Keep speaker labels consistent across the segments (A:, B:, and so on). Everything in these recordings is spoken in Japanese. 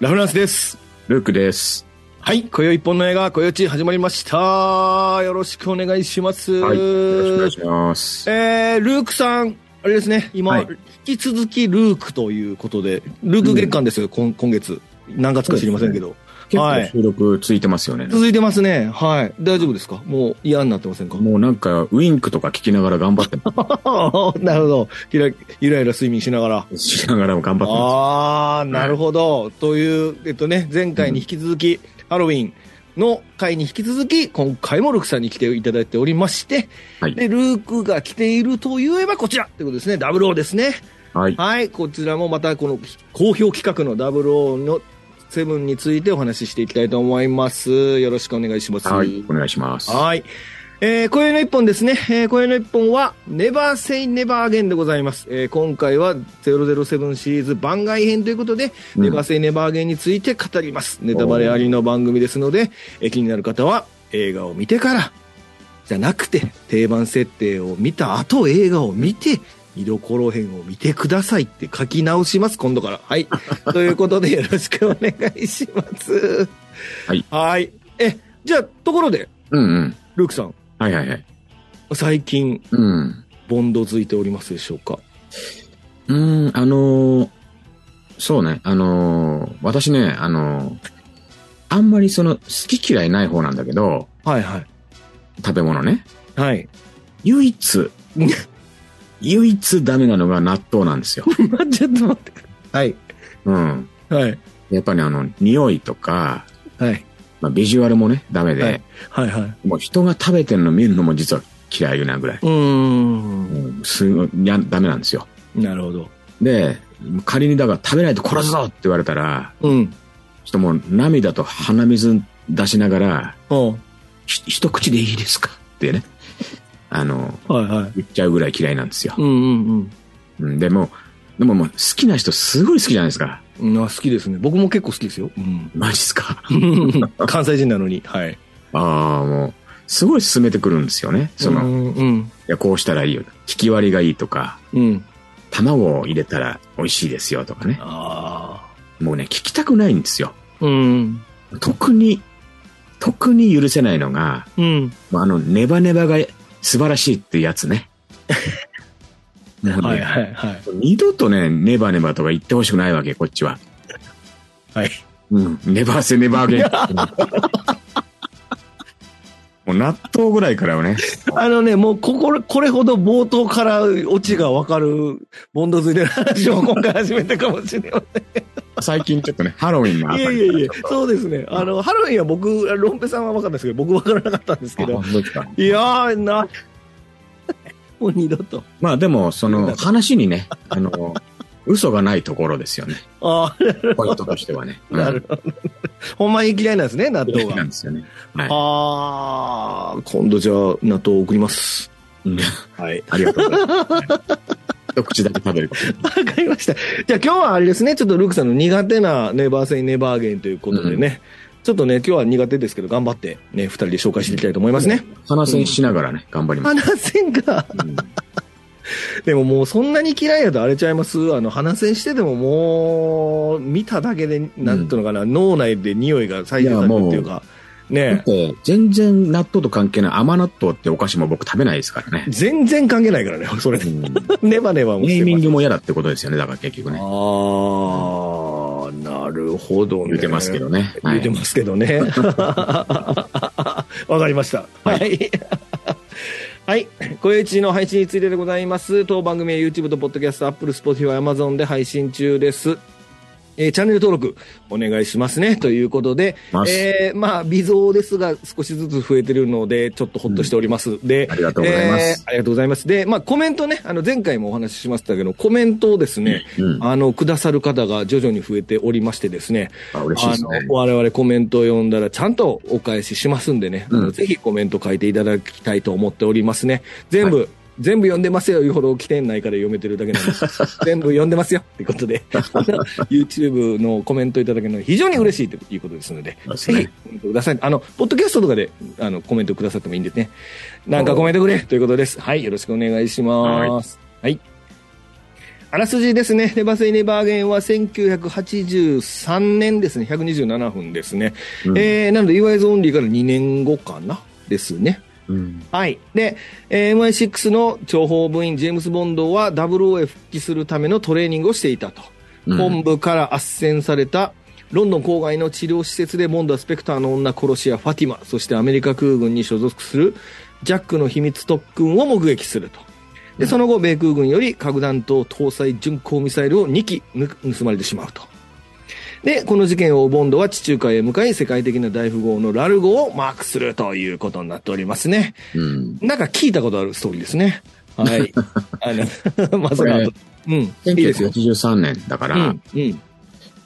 A: ラフランスです。
B: ルークです。
A: はい、今宵一本の映画、今宵一始まりました。よろしくお願いします。
B: はい。よろしくお願いします。
A: えー、ルークさん、あれですね、今、
B: はい
A: 引き続きルークということで、ルーク月間ですよ、今今月。何月か知りませんけど。
B: 結
A: は
B: 構
A: い
B: 収録ついてますよね。
A: 続いてますね。はい。大丈夫ですかもう嫌になってませんか
B: もうなんか、ウインクとか聞きながら頑張ってま
A: なるほど。ゆらゆらゆら睡眠しながら。
B: す。しながらも頑張ってま
A: ああ、なるほど。という、えっとね、前回に引き続き、ハロウィンの回に引き続き、今回もルークさんに来ていただいておりまして、
B: す。はい。
A: で、ルークが来ているといえばこちらってことですね。00ですね。
B: はい。
A: はい、こちらもまたこの好評企画の00のセブンについてお話ししていきたいと思います。よろしくお願いします。
B: はい。お願いします。は
A: はい。えー、今宵の一本ですね。えー、今宵の一本は、Never Say Never Again でございます。えー、今回は007シリーズ番外編ということで、
B: うん
A: Never Say Never Again について語ります。ネタバレありの番組ですので、えー気になる方は映画を見てから、じゃなくて、定番設定を見た後映画を見て、見どころ編を見てくださいって書き直します、今度から。 はい。ということでよろしくお願いします。
B: い。
A: はい。え、じゃあ、ところで、
B: うんうん。
A: ルークさん、
B: はいはいはい。
A: 最近、
B: うん。
A: ボンドづいておりますでしょうか
B: うん、あのーそうね。あのー私ね、あのーあんまりその、好き嫌いない方なんだけど、
A: はいはい。
B: 食べ物ね。
A: はい。
B: 唯一、唯一ダメなのが納豆な んですよ。
A: ま、ちょっと 待って。はい。
B: うん。
A: はい。
B: やっぱりあの、匂いとか、
A: はい。
B: まあ、ビジュアルもね、ダメで、
A: はいはいはい。
B: もう人が食べてるの見るのも実は嫌いなぐらい、
A: うーん。
B: うん、すごいいや、ダメなんですよ。
A: なるほど。
B: で、仮にだから食べないと殺すぞって言われたら、
A: うん。
B: ちょっともう涙と鼻水出しながら、
A: お
B: ひ一口でいいですかってね、あの、
A: はいはい。
B: 言っちゃうぐらい嫌いなんですよ。
A: うんうん
B: うん、でも、でももう好きな人すごい好きじゃないですか。
A: うん。うんあ好きですね。僕も結構好きですよ。 うん。
B: マジっすか。
A: 関西人なのに。はい。
B: ああ、もう、すごい進めてくるんですよね。その、
A: う
B: い
A: んうん。
B: やこうしたらいいよ。聞き割りがいいとか、
A: うん。
B: 卵を入れたら美味しいですよとかね。
A: あ
B: もうね、聞きたくないんですよ。
A: あ。うん。
B: 特に、特に許せないのが、
A: うん。
B: まああの、ネバネバが素晴らしいってやつ ね。もうね
A: はいはいはい。
B: 二度とね、ネバネバとか言ってほしくないわけ、こっちは。
A: はい。
B: うん。ネバーセネバー ゲン。もう納豆ぐらいからはね。
A: あのね、もうここ、これほど冒頭からオチがわかるボンド付いてる話を今回始めたかもしれない。
B: 最近ちょっとね、ハロウィンのあ
A: い
B: た
A: や
B: り
A: いやいや、そうですね。
B: ん
A: あの、ハロウィンは僕、ロンペさんは分かったんですけど、僕分からなかったんですけ
B: あ
A: ど
B: 本。当ですか
A: いやー、な、 もう二度と。
B: まあでも、その話にね、あの、嘘がないところですよね。
A: あ
B: ポイントとしてはね。
A: あ、 なるほど。ほんまに嫌いなんですね、納
B: うん
A: 豆
B: 好きな
A: が
B: ん。ですよね。はい。
A: ああ、今度じゃあ、納豆送ります。
B: うん
A: はい。
B: ありがとうございます。 一口だけ食べること
A: わかりました。じゃあ今日はあれですね、ちょっとルークさんの苦手なネバーセイネバーゲンということでね、ちょっとね、今日は苦手ですけど、頑張ってね、二人で紹介していきたいと思いますね。
B: 鼻栓しながらね、頑張ります。
A: 話せんか。
B: うん
A: でももうそんなに嫌いやと荒れちゃいますあの、鼻栓しててももう、見ただけで、なんていうのかな、脳内で匂いが再現されるっていうか、
B: だっ
A: ねえ
B: て、全然納豆と関係ない甘納豆ってお菓子も僕食べないですからね。
A: 全然関係ないからね、 それ
B: う。ん
A: ネバネバも
B: ネ
A: し
B: ー
A: て
B: ミ
A: ま
B: ン
A: す。
B: グも嫌だってことですよね、だから結局
A: あー、
B: ね。
A: なるほどね。
B: 言ってますけどね。は
A: 言
B: い
A: ってますけど ね。わかりました。は。
B: はい
A: はい。小一の配信についてでございます。当番組は YouTube と Podcast、Apple、Spotify、Amazon で配信中です。えーチャンネル登録お願いしますね。ということで、
B: ます
A: えーまあ、微増ですが、少しずつ増えてるので、ちょっとほっとしております。で、
B: ありがとうございます
A: えーありがとうございます。で、まあ、コメントね、あの、前回もお話ししましたけど、コメントをですね、
B: うん。
A: あの、くださる方が徐々に増えておりましてですね、
B: あ嬉しいです
A: あ
B: ね
A: の。我々コメントを読んだらちゃんとお返ししますんでね、あの
B: うん
A: ぜひコメント書いていただきたいと思っておりますね。全部、全部読んでますよ。言うほど起点ないから読めてるだけなんです。 全部読んでますよ。ってことで、あの YouTube のコメントいただけるのは非常に嬉しいということですので、
B: そうです
A: ぜ
B: ね
A: ひコメントください。あの、ポッドキャストとかであのコメントくださってもいいんですね。なんかコメントくれということです。はい、よろしくお願いします。はい。あらすじですね。ネバセイネバーゲンは1983年ですね。127分ですね。
B: うん
A: えー、なので、いわゆるオンリーから2年後かなですね。
B: うん
A: はい。で、えー MI6 の諜報部員、ジェームス・ボンドは00へ復帰するためのトレーニングをしていたと。
B: うん
A: 本部から斡旋されたロンドン郊外の治療施設でボンドはスペクターの女殺しやファティマ、そしてアメリカ空軍に所属するジャックの秘密特訓を目撃すると。
B: う
A: で、
B: ん
A: その後、米空軍より核弾頭搭載巡航ミサイルを2機ぬ盗まれてしまうと。で、この事件を追うボンドは地中海へ向かい、世界的な大富豪のラルゴをマークするということになっておりますね。
B: うん
A: なんか聞いたことあるストーリーですね。 はい。あの、ま さ
B: こ
A: か
B: れ、
A: うん。いいですよ。
B: 1983年だか
A: う
B: ら、
A: ん。うん。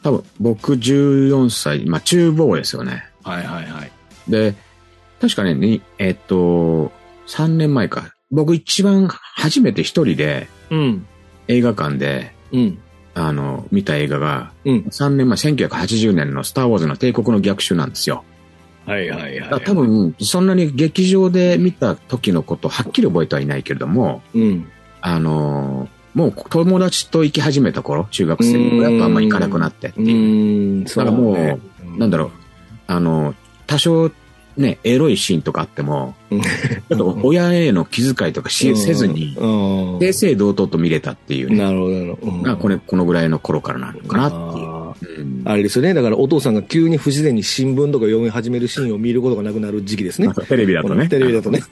B: 多分僕14歳、まあ中坊ですよね。
A: はいはいはい。
B: で、確かね、にえっと、3年前か。僕一番初めて一人で
A: うん。
B: 映画館で、
A: うん。
B: あの、見た映画が、
A: うん。
B: 3年前、1980年のスター・ウォーズの帝国の逆襲なんですよ。
A: はいはい
B: だか
A: は
B: ら多分、そんなに劇場で見た時のこと、はっきり覚えてはいないけれども、
A: うん。
B: あの、もう友達と行き始めた頃、中学生
A: うん
B: やっぱあんま行かなくなってって
A: う
B: いう。
A: ーん、そ
B: だ
A: う
B: か
A: だ
B: らもう
A: ね。
B: なんだろう、あの、多少ね、エロいシーンとかあっても、
A: うん
B: ちょっと親への気遣いとかし、せずに、
A: うん。
B: 正々堂々と見れたっていうね、
A: なるほどなるほど。うん
B: がこれ、このぐらいの頃からなのかなっていう。
A: あー
B: うん
A: あれですよね。だからお父さんが急に不自然に新聞とか読み始めるシーンを見ることがなくなる時期ですね
B: あ。とテレビだとね。
A: テレビだとね。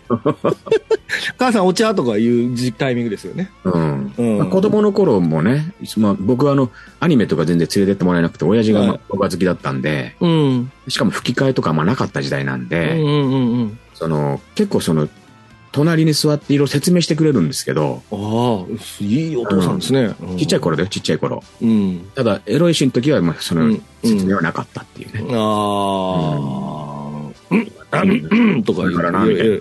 A: 母さんお茶とかいう時タイミングですよね。
B: うん。
A: うん
B: まあ子供の頃もね、まあ、僕はあの、アニメとか全然連れてってもらえなくて、親父がま
A: は
B: あ
A: い
B: 僕は好きだったんで、
A: うん。
B: しかも吹き替えとかあんまなかった時代なん
A: うんう
B: で、
A: んうんうん。
B: その、結構その、隣に座っていろいろ説明してくれるんですけど、
A: ああ、いいお父さんですね。うん
B: ちっちゃい。頃だよ、ちっちゃい頃。
A: うん。
B: ただ、エロいシーンの時は、まあ、その、
A: うん
B: 説明はなかったっていうね。
A: ああ、うん
B: だ
A: うんとか言う
B: からな、みたいな。う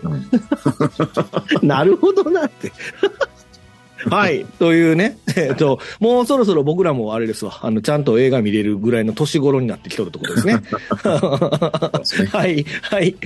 B: ん
A: なるほどな って。はい。というね。えっと、もうそろそろ僕らもあれですわ。あの、ちゃんと映画見れるぐらいの年頃になってきとるってことです ね。
B: ですね
A: はい。はい。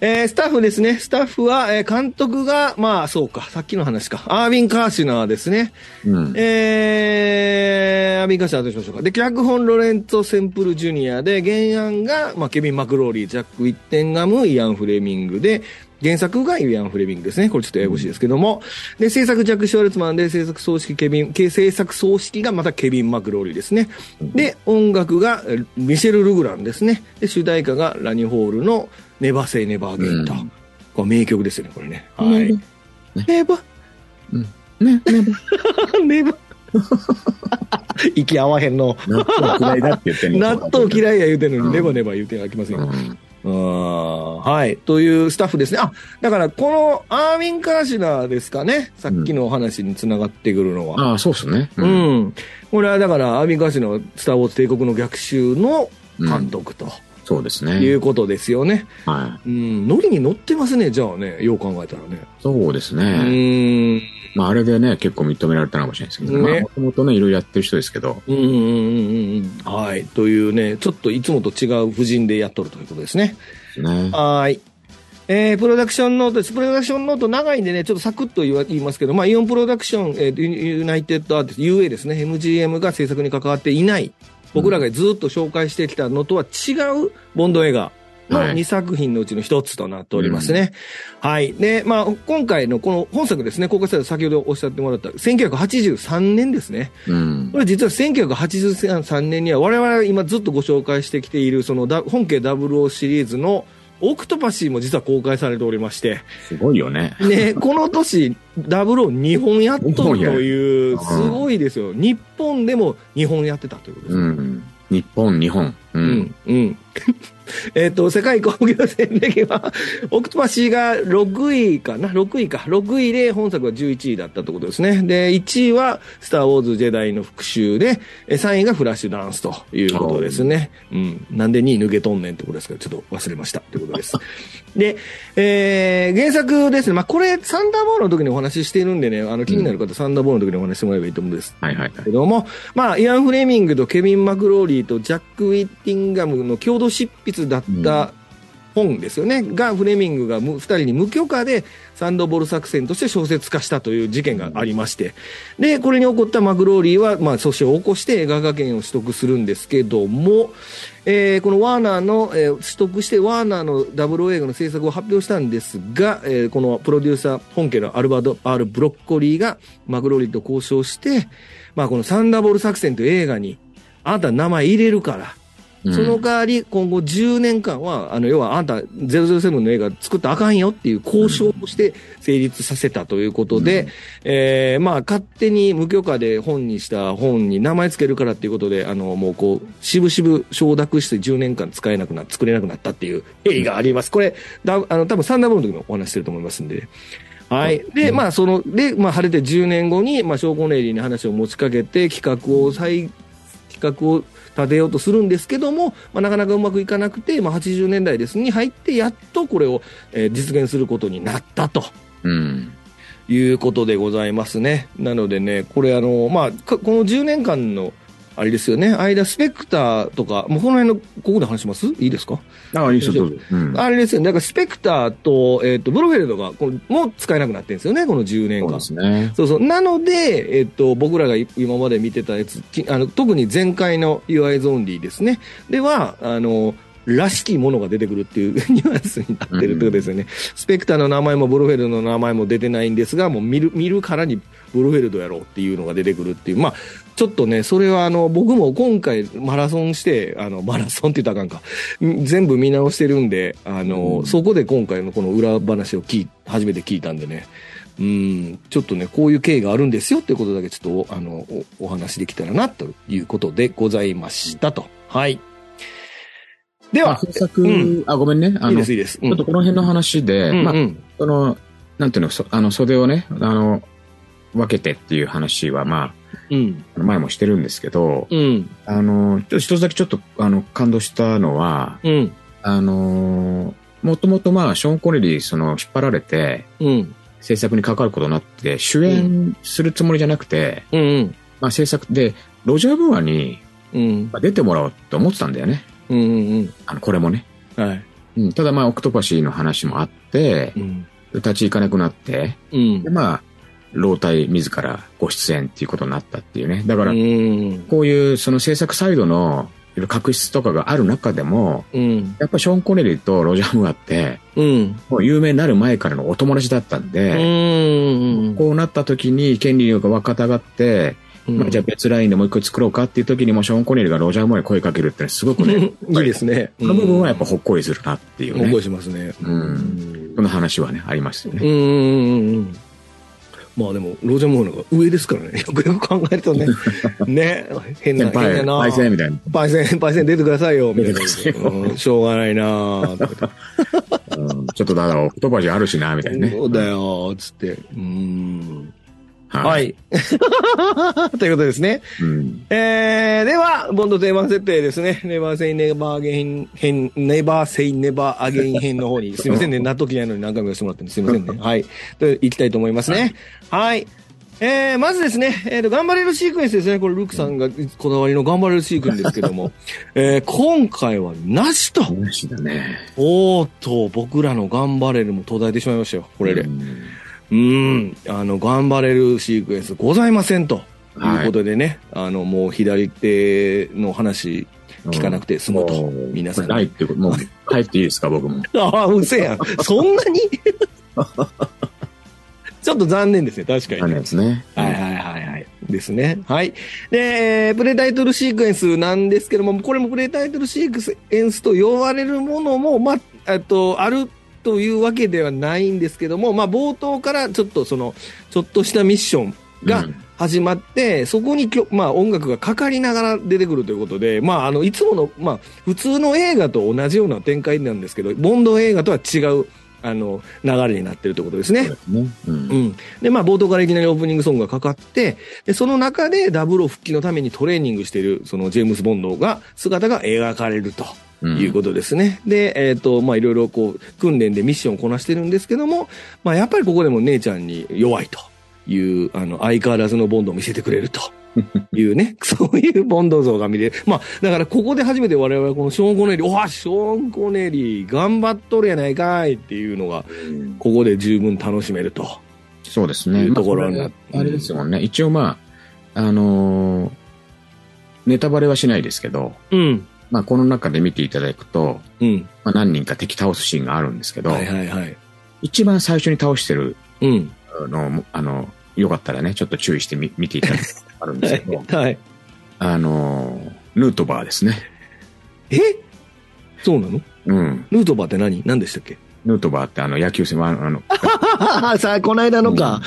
A: えースタッフですね。スタッフは、えー監督が、まあ、そうか。さっきの話か。アービン・カーシュナーですね。
B: うん。
A: えー、アミカシャどうしましょうか。で、脚本ロレンツォ・センプル・ジュニアで、原案が、まあ、ケビン・マクローリー、ジャック・ウィッテンガム、イアン・フレミングで、原作がイアン・フレミングですね。これちょっとややこしいですけども。で、制作ジャック・シュワルツマンで、制作葬式ケビン、け制作葬式がまたケビン・マクローリーですね。で、音楽がえミシェル・ルグランですね。で、主題歌がラニホールのネバ・セイ・ネバー・ゲインと。
B: うん
A: これ名曲ですよね、これね。はい。ネバ、
B: ね、ね、
A: ネ バ。息合わへんの。
B: 納豆嫌いだって言ってんの
A: 納豆嫌いや言うてんの
B: うん
A: に、ネバネバ言うてあきません
B: う
A: よ。
B: ん。
A: あーはい。というスタッフですね。あ、だからこのアーミン・カーシュナーですかね。さっきのお話につながってくるのは。
B: ああ、そうっすね。
A: う。ん。これはだからアーミン・カーシュナーはスター・ウォーズ帝国の逆襲の監督と
B: そうですね。
A: いうことですよね。
B: は
A: うん。ノリに乗ってますね、じゃあね。よう考えたらね。
B: い。そうです
A: う
B: ね。
A: ーん。
B: まあ、あれでね、結構認められたのかもしれないですけど、
A: ね
B: ね、もともとね、いろいろやってる人ですけど、
A: うんうんうんうんうん。はい。というね、ちょっといつもと違う布陣でやっとるということですね。
B: ね。
A: はい。えープロダクションノートです。プロダクションノート長いんでね、ちょっとサクッと言わ言いますけど、まあ、イオンプロダクション、えーユユナイテッドアーティスト、UA ですね、MGM が制作に関わっていない、僕らがずっと紹介してきたのとは違うボンド映画の
B: はい
A: 2作品のうちの1つとなっておりますね。はい。で、まあ、今回のこの本作ですね、公開された先ほどおっしゃってもらった、1983年ですね。
B: うん
A: こ。れ実は1983年には我々が今ずっとご紹介してきているそのだ本家00シリーズのオクトパシーも実は公開されておりま して、
B: すごいよね。
A: ね、この年00本やっとるという、
B: 二
A: す
B: 本や
A: ごいですよ。日本でも2本やってたということです
B: う
A: ね。
B: ん。日本、日本。
A: う
B: う。
A: んん、うん。 えっと、世界興行戦歴は、オクトパシーが6位かな、6位か、6位で本作は11位だったってことですね。で、1位は、スター・ウォーズ・ジェダイの復讐で、え3位がフラッシュダンスということですね。うん。なんで2位抜けとんねんってことですけど、ちょっと忘れましたってこと です。で、えー、原作ですね。まあ、これ、サンダーボールの時にお話ししているんでね、あの、気になる方、サンダーボールの時にお話ししてもらえばいいと思うんです。
B: はいはいは
A: け
B: い。
A: ども、まあ、イアン・フレミングとケビン・マクローリーとジャック・ウィッティンガムの共同執筆だった、本ですよね、がフレミングが2人に無許可でサンドボール作戦として小説化したという事件がありまして、でこれに起こったマグローリーは、まあ、訴訟を起こして映画化権を取得するんですけども、えーこのワーナーの、えー取得してワーナーのダブル映画の制作を発表したんですが、えーこのプロデューサー本家のアルバート・ R ・ブロッコリーがマグローリーと交渉して、まあ、このサンダーボール作戦という映画にあなた名前入れるから、
B: うん
A: その代わり、今後10年間は、あの、要はあんた007の映画作ったらあかんよっていう交渉をして成立させたということで、
B: うん
A: えーまあ、勝手に無許可で本にした本に名前つけるからっていうことで、あの、もうこう、渋々承諾して10年間使えなくな、作れなくなったっていう経緯があります。これ、だあの、多分サンダーボールの時もお話してると思いますんで。はい。で、まあ、その、で、まあ、晴れて10年後に、まあ、ショーコネリーに話を持ちかけて、企画を再企画を立てようとするんですけども、まあ、なかなかうまくいかなくて、まあ、80年代ですに入ってやっとこれを、えー実現することになったと。
B: うん。
A: いうことでございますね。なのでね、これあの、まあ、かこの10年間の、あれですよね、間、スペクターとか、もうこの辺の、ここで話しますいいですか
B: ああ、いいですよ、どうぞ。うん。
A: あれですよね、だからスペクターと、えっ、と、ブロフェルドが、このもう使えなくなってるんですよね、この10年
B: そう
A: 間
B: で。すね。
A: そうそう。なので、えっと、僕らがい今まで見てたやつ、きあの特に前回の UI ゾンリーですね。では、あの、らしきものが出てくるっていうニュアンスになってるってことですよね。スペクターの名前もブロフェルドの名前も出てないんですが、もう見る、見るからにブロフェルドやろうっていうのが出てくるっていう。まあ、ちょっとね、それはあの、僕も今回マラソンして、あの、マラソンって言ったらあかんか。ん全部見直してるんで、あの、
B: うん
A: そこで今回のこの裏話を聞い、初めて聞いたんでね。うん、ちょっとね、こういう経緯があるんですよっていうことだけちょっとお、あの、おお話できたらなということでございましたと。はい。で
B: まあ、
A: は、
B: 制作、
A: うん
B: あ、ごめんね。あ
A: いいで
B: の、
A: す、
B: ち
A: いいです。
B: ょっとこの辺の話で、
A: うん
B: まあ
A: う、ん
B: その、なんていうの、そあの、袖をね、あの、分けてっていう話は、ま
A: うん。
B: あ、前もしてるんですけど、
A: うん。
B: あの、ちょっと一つだけちょっと、あの、感動したのは、
A: うん。
B: あの、もともとまあ、ショーン・コネリー、その、引っ張られて、
A: うん。
B: 制作に関わることになって、主演するつもりじゃなくて、
A: うん。うん。
B: まあ、制作で、ロジャー・ブーアに
A: うん。
B: まあ出てもらおうと思ってたんだよね。
A: うん。うん。
B: あの、これもね。
A: はい。
B: うん、ただまあ、オクトパシーの話もあって、
A: うん。
B: 立ち行かなくなって、
A: うん
B: で。まあ、老体自らご出演っていうことになったっていうね。だから、
A: うん。
B: こういうその制作サイドのいろいろ確執とかがある中でも、
A: うん。
B: やっぱショーン・コネリーとロジャー・ムーアって、
A: うん。
B: もう有名になる前からのお友達だったん
A: う
B: で、
A: ん。
B: こうなった時に権利が分かたがって、まあ、じゃあ別ラインでもう一個作ろうかっていう時にもショーン・コネリーがロジャー・ムーアに声かけるってのはすごく
A: うん。
B: ね、
A: いいですね。
B: この部分はやっぱほっこりするなっていう
A: うん、
B: ね
A: 覚え。しますね。
B: うん。その話はね、ありましたよ
A: う
B: ね。
A: んうんうんうん。まあでも、ロジャーモールの方が上ですからね。よ くよく考えると ね。ね。変な、
B: 先輩、
A: 変な
B: パイセン
A: な。
B: みたいな。
A: パイセン、パイセン出てくださいよ、みたいな
B: 出てくださいよ
A: うん。しょうがないな とか言って
B: うんちょっとだから、オクトパシーあるしな、みたいなね。
A: そうだよ、つって。うん。
B: は。
A: はい い。ということですね。
B: うん。
A: えー、では、ボンド定番設定ですね。ネバーセイネバーゲイン編、ネバーセイネバーアゲイン編の方 に、すいませんね。納得いないのに何回も言わせてもらってるんですいませ んね。はい。で、行きたいと思いますね。はい。えー、まずですね、えーと、頑張れるシークエンスですね。これ、ルークさんがこだわりの頑張れるシークエンスですけど も、えー、今回はなしと、
B: 話だね。
A: おーっと、僕らの頑張れるも途絶えてしまいましたよ。これで。
B: う
A: うんん、あの、頑張れるシークエンスございませんと。
B: は
A: い
B: い
A: うことでね、あの、もう左手の話聞かなくて済むと、
B: うん
A: 皆さん
B: ない
A: に。
B: ってこと、もう、 帰っていいですか、僕も。
A: ああ、うせえやん。そんな にちょっと残念ですね、確かに。
B: あれですね。
A: はいはいはいはい。ですね。はい。で、えープレタイトルシークエンスなんですけども、これもプレタイトルシークエンスと呼ばれるものも、まあ、えっと、あるというわけではないんですけども、まあ、冒頭からちょっとその、ちょっとしたミッションが
B: うん
A: 始まって、そこにきょ、まあ、音楽がかかりながら出てくるということで、まあ、あの、いつもの、まあ、普通の映画と同じような展開なんですけど、ボンド映画とは違う、あの、流れになってるということですね
B: そう。ですね。う
A: う
B: ん
A: ん。で、まあ、冒頭からいきなりオープニングソングがかかって、で、その中でダブル復帰のためにトレーニングしている、そのジェームス・ボンドが、姿が描かれると
B: うん
A: いうことですね。で、えっ、と、まあ、いろいろこう、訓練でミッションをこなしてるんですけども、まあ、やっぱりここでも姉ちゃんに弱いという、あの、相変わらずのボンドを見せてくれるというね、そういうボンド像が見れる。まあ、だからここで初めて我々はこのショーン・コネリー、おわ、ショーン・コネリー、頑張っとるやないかいっていうのが、ここで十分楽しめると。
B: そうですね。
A: いうところにな
B: まあこれあれですもんね。一応まあ、あのーネタバレはしないですけど、
A: うん。
B: まあこの中で見ていただくと、
A: うん。
B: まあ何人か敵倒すシーンがあるんですけど、
A: はいはいはい。
B: 一番最初に倒してる
A: うん。
B: のも、あの、よかったらね、ちょっと注意してみ見ていただくことがあるんで
A: は
B: す
A: い
B: けど、。
A: はい、
B: あのーヌートバーですね。
A: えそうなの
B: うん。
A: ヌートバーって何何でしたっけ
B: ヌートバーってあの野球選手、あの、あの
A: ああ、さあ、こないだのか。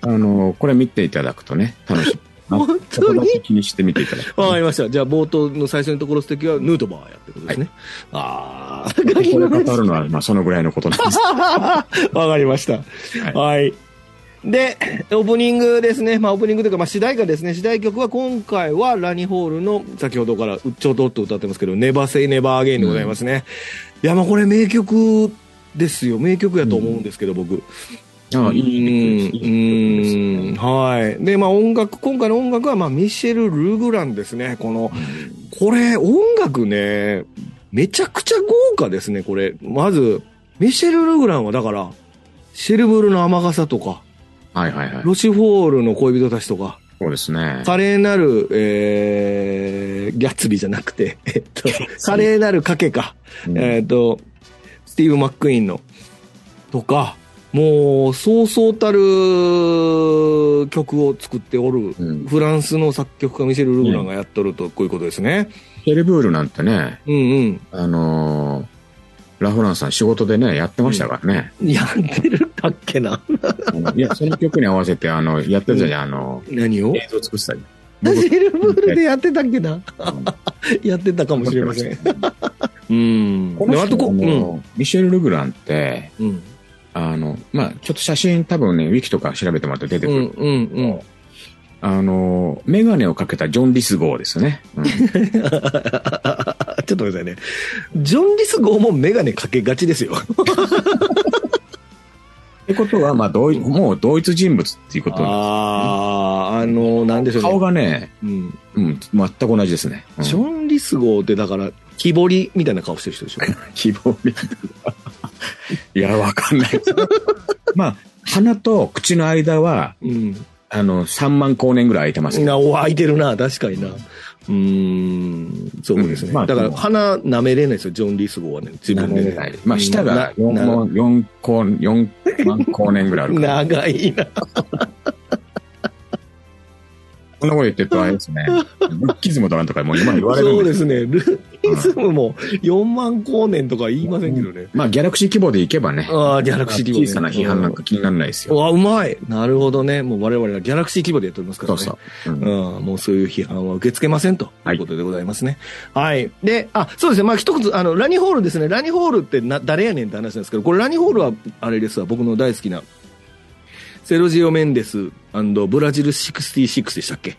B: あのーこれ見ていただくとね、楽しい。
A: 本
B: そこ
A: 当
B: だ
A: に
B: け気にして見ていただくとね、
A: わかりました。じゃあ、冒頭の最初のところ素敵はヌートバーやってことですね。ああ、
B: ここで語るのは、まあ、そのぐらいのことなん です。
A: わかりました。
B: はい
A: はい。で、オープニングですね。まあ、オープニングというか、まあ、主題歌ですね。主題曲は今回はラニホールの、先ほどからうっちょどっと歌ってますけど、ネバセイネバーアゲインでございますね。いや、まあ、これ名曲ですよ。名曲やと思うんですけど、僕。
B: ああ、いい曲です。いい曲ですよ
A: うん、はい。で、まあ音楽、今回の音楽は、まあミシェル・ルグランですね。この、これ音楽ね、めちゃくちゃ豪華ですね、これ。まず、ミシェル・ルグランはだから、シルブルの雨傘とか、
B: はいはいはい。
A: ロシフォールの恋人たちとか、
B: そうですね。
A: 華麗なる、えー、ギャッツビーじゃなくて、えっ と、華麗なる賭けか。
B: うん
A: えっ、と、スティーブ・マック・イーンの、とか、もう、そうそうたる曲を作っておる、
B: うん
A: フランスの作曲家ミシェル・ルブランがやっとると、こういうことですね。
B: ヘルブールなんてね、
A: うん
B: あのーラフランスさん仕事でね、やってましたからね。
A: うん。やってるだっけな。
B: あのいや、その曲に合わせて、あの、やってたじゃん、あの、
A: 何を
B: 映像作ってたじゃ ん。
A: シェル・ブールでやってたっけなやってたか
B: か
A: もしれません。
B: こ
A: うん。
B: の
A: で
B: 人
A: あとこ、
B: あ
A: うん。
B: のミシェル・ルグランって、
A: うん。
B: あの、まあちょっと写真多分ね、ウィキとか調べてもらって出て
A: う
B: く
A: ん
B: る。
A: うん
B: あの、メガネをかけたジョン・ディスゴーですね。 うん
A: あちょっと待ってくださいね。ジョン・リス号もメガネかけがちですよ。
B: ってことは、まあ同一、もう同一人物っていうことなん
A: ああ、あの、なんでしょうね。
B: 顔がね、
A: うん。
B: うん、全く同じですね。うん
A: ショーン・リスゴーってだから、木彫りみたいな顔してる人でしょ
B: 希望みたいな いや、わかんないです。まあ、鼻と口の間は、
A: うん。
B: あの、3万光年ぐらい空いてますけど。
A: な、お、開いてるな、確かにな。うーん、そうですね。
B: うんまあ
A: だか
B: で
A: ら、
B: も
A: 鼻舐めれないですよ、ジョン・リスゴーはね、自分で
B: 舐めれ
A: ね、
B: ないまあ、舌が
A: なな
B: 4万、4光、4万光年ぐらいあるから。
A: 長いな。
B: こんなこと言ってるとあれですね。ルッキズムとかなんとかもう今言われる
A: そうん
B: で
A: ですすね。ルーイズムも4万光年とか言いませんけどね。
B: まあ、ギャラクシー規模でいけばね。
A: ああ、ギャラクシー規模、ね。
B: 小さな批判なんか気にならないです
A: う
B: よ。
A: わ、うまいなるほどね。もう我々はギャラクシー規模でやっておりますから
B: そう
A: ね。
B: そう。うん
A: うん、もうそういう批判は受け付けませんと
B: はい
A: いうことでございますね。はい。で、あ、そうですね。まあ一つ、あの、ラニホールですね。ラニホールってな誰やねんって話なんですけど、これラニホールは、あれですわ、僕の大好きな、セルジオ・メンデスブラジル66でしたっけ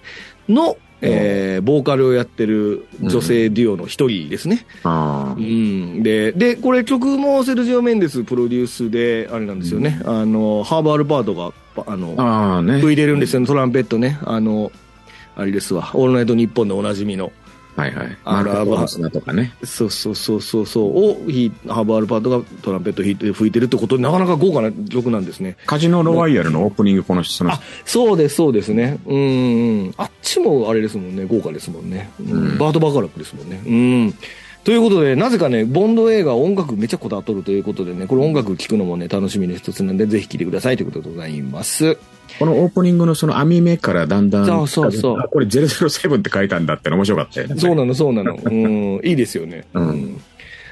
A: の、えー、ボーカルをやってる女性デュオの一人ですね。
B: あ
A: う。ん、で、で、これ曲もセルジオ・メンデスプロデュースで、あれなんですよね。あの、ハーバー・アルバートが、あの、
B: ああね。
A: 入れるんですよね、トランペットね。あの、あれですわ、オールナイトニッポンでおなじみの。
B: はいはい。
A: あ
B: マ
A: の
B: ルコ・ポンスナとかね。
A: そうそうそうそうそう、をひ、ハーバーアルパートがトランペット弾いて吹いてるってことで、なかなか豪華な曲なんですね。
B: カジノ・ロワイヤルのオープニング、この人、その人
A: あ、そうです、そうですね。うんうん。あっちもあれですもんね、豪華ですもんね。うん
B: うん
A: バート・バカラックですもんね。うん。ということで、なぜかね、ボンド映画、音楽めちゃこだわっとるということでね、これ音楽聴くのもね、楽しみの一つなんで、ぜひ聴いてくださいということでございます。
B: このオープニングのその網目からだんだん、
A: そうそうそう
B: あこれ007って書いたんだっての面白かったよね。
A: そうなの、そうな の。うん、いいですよね。
B: うん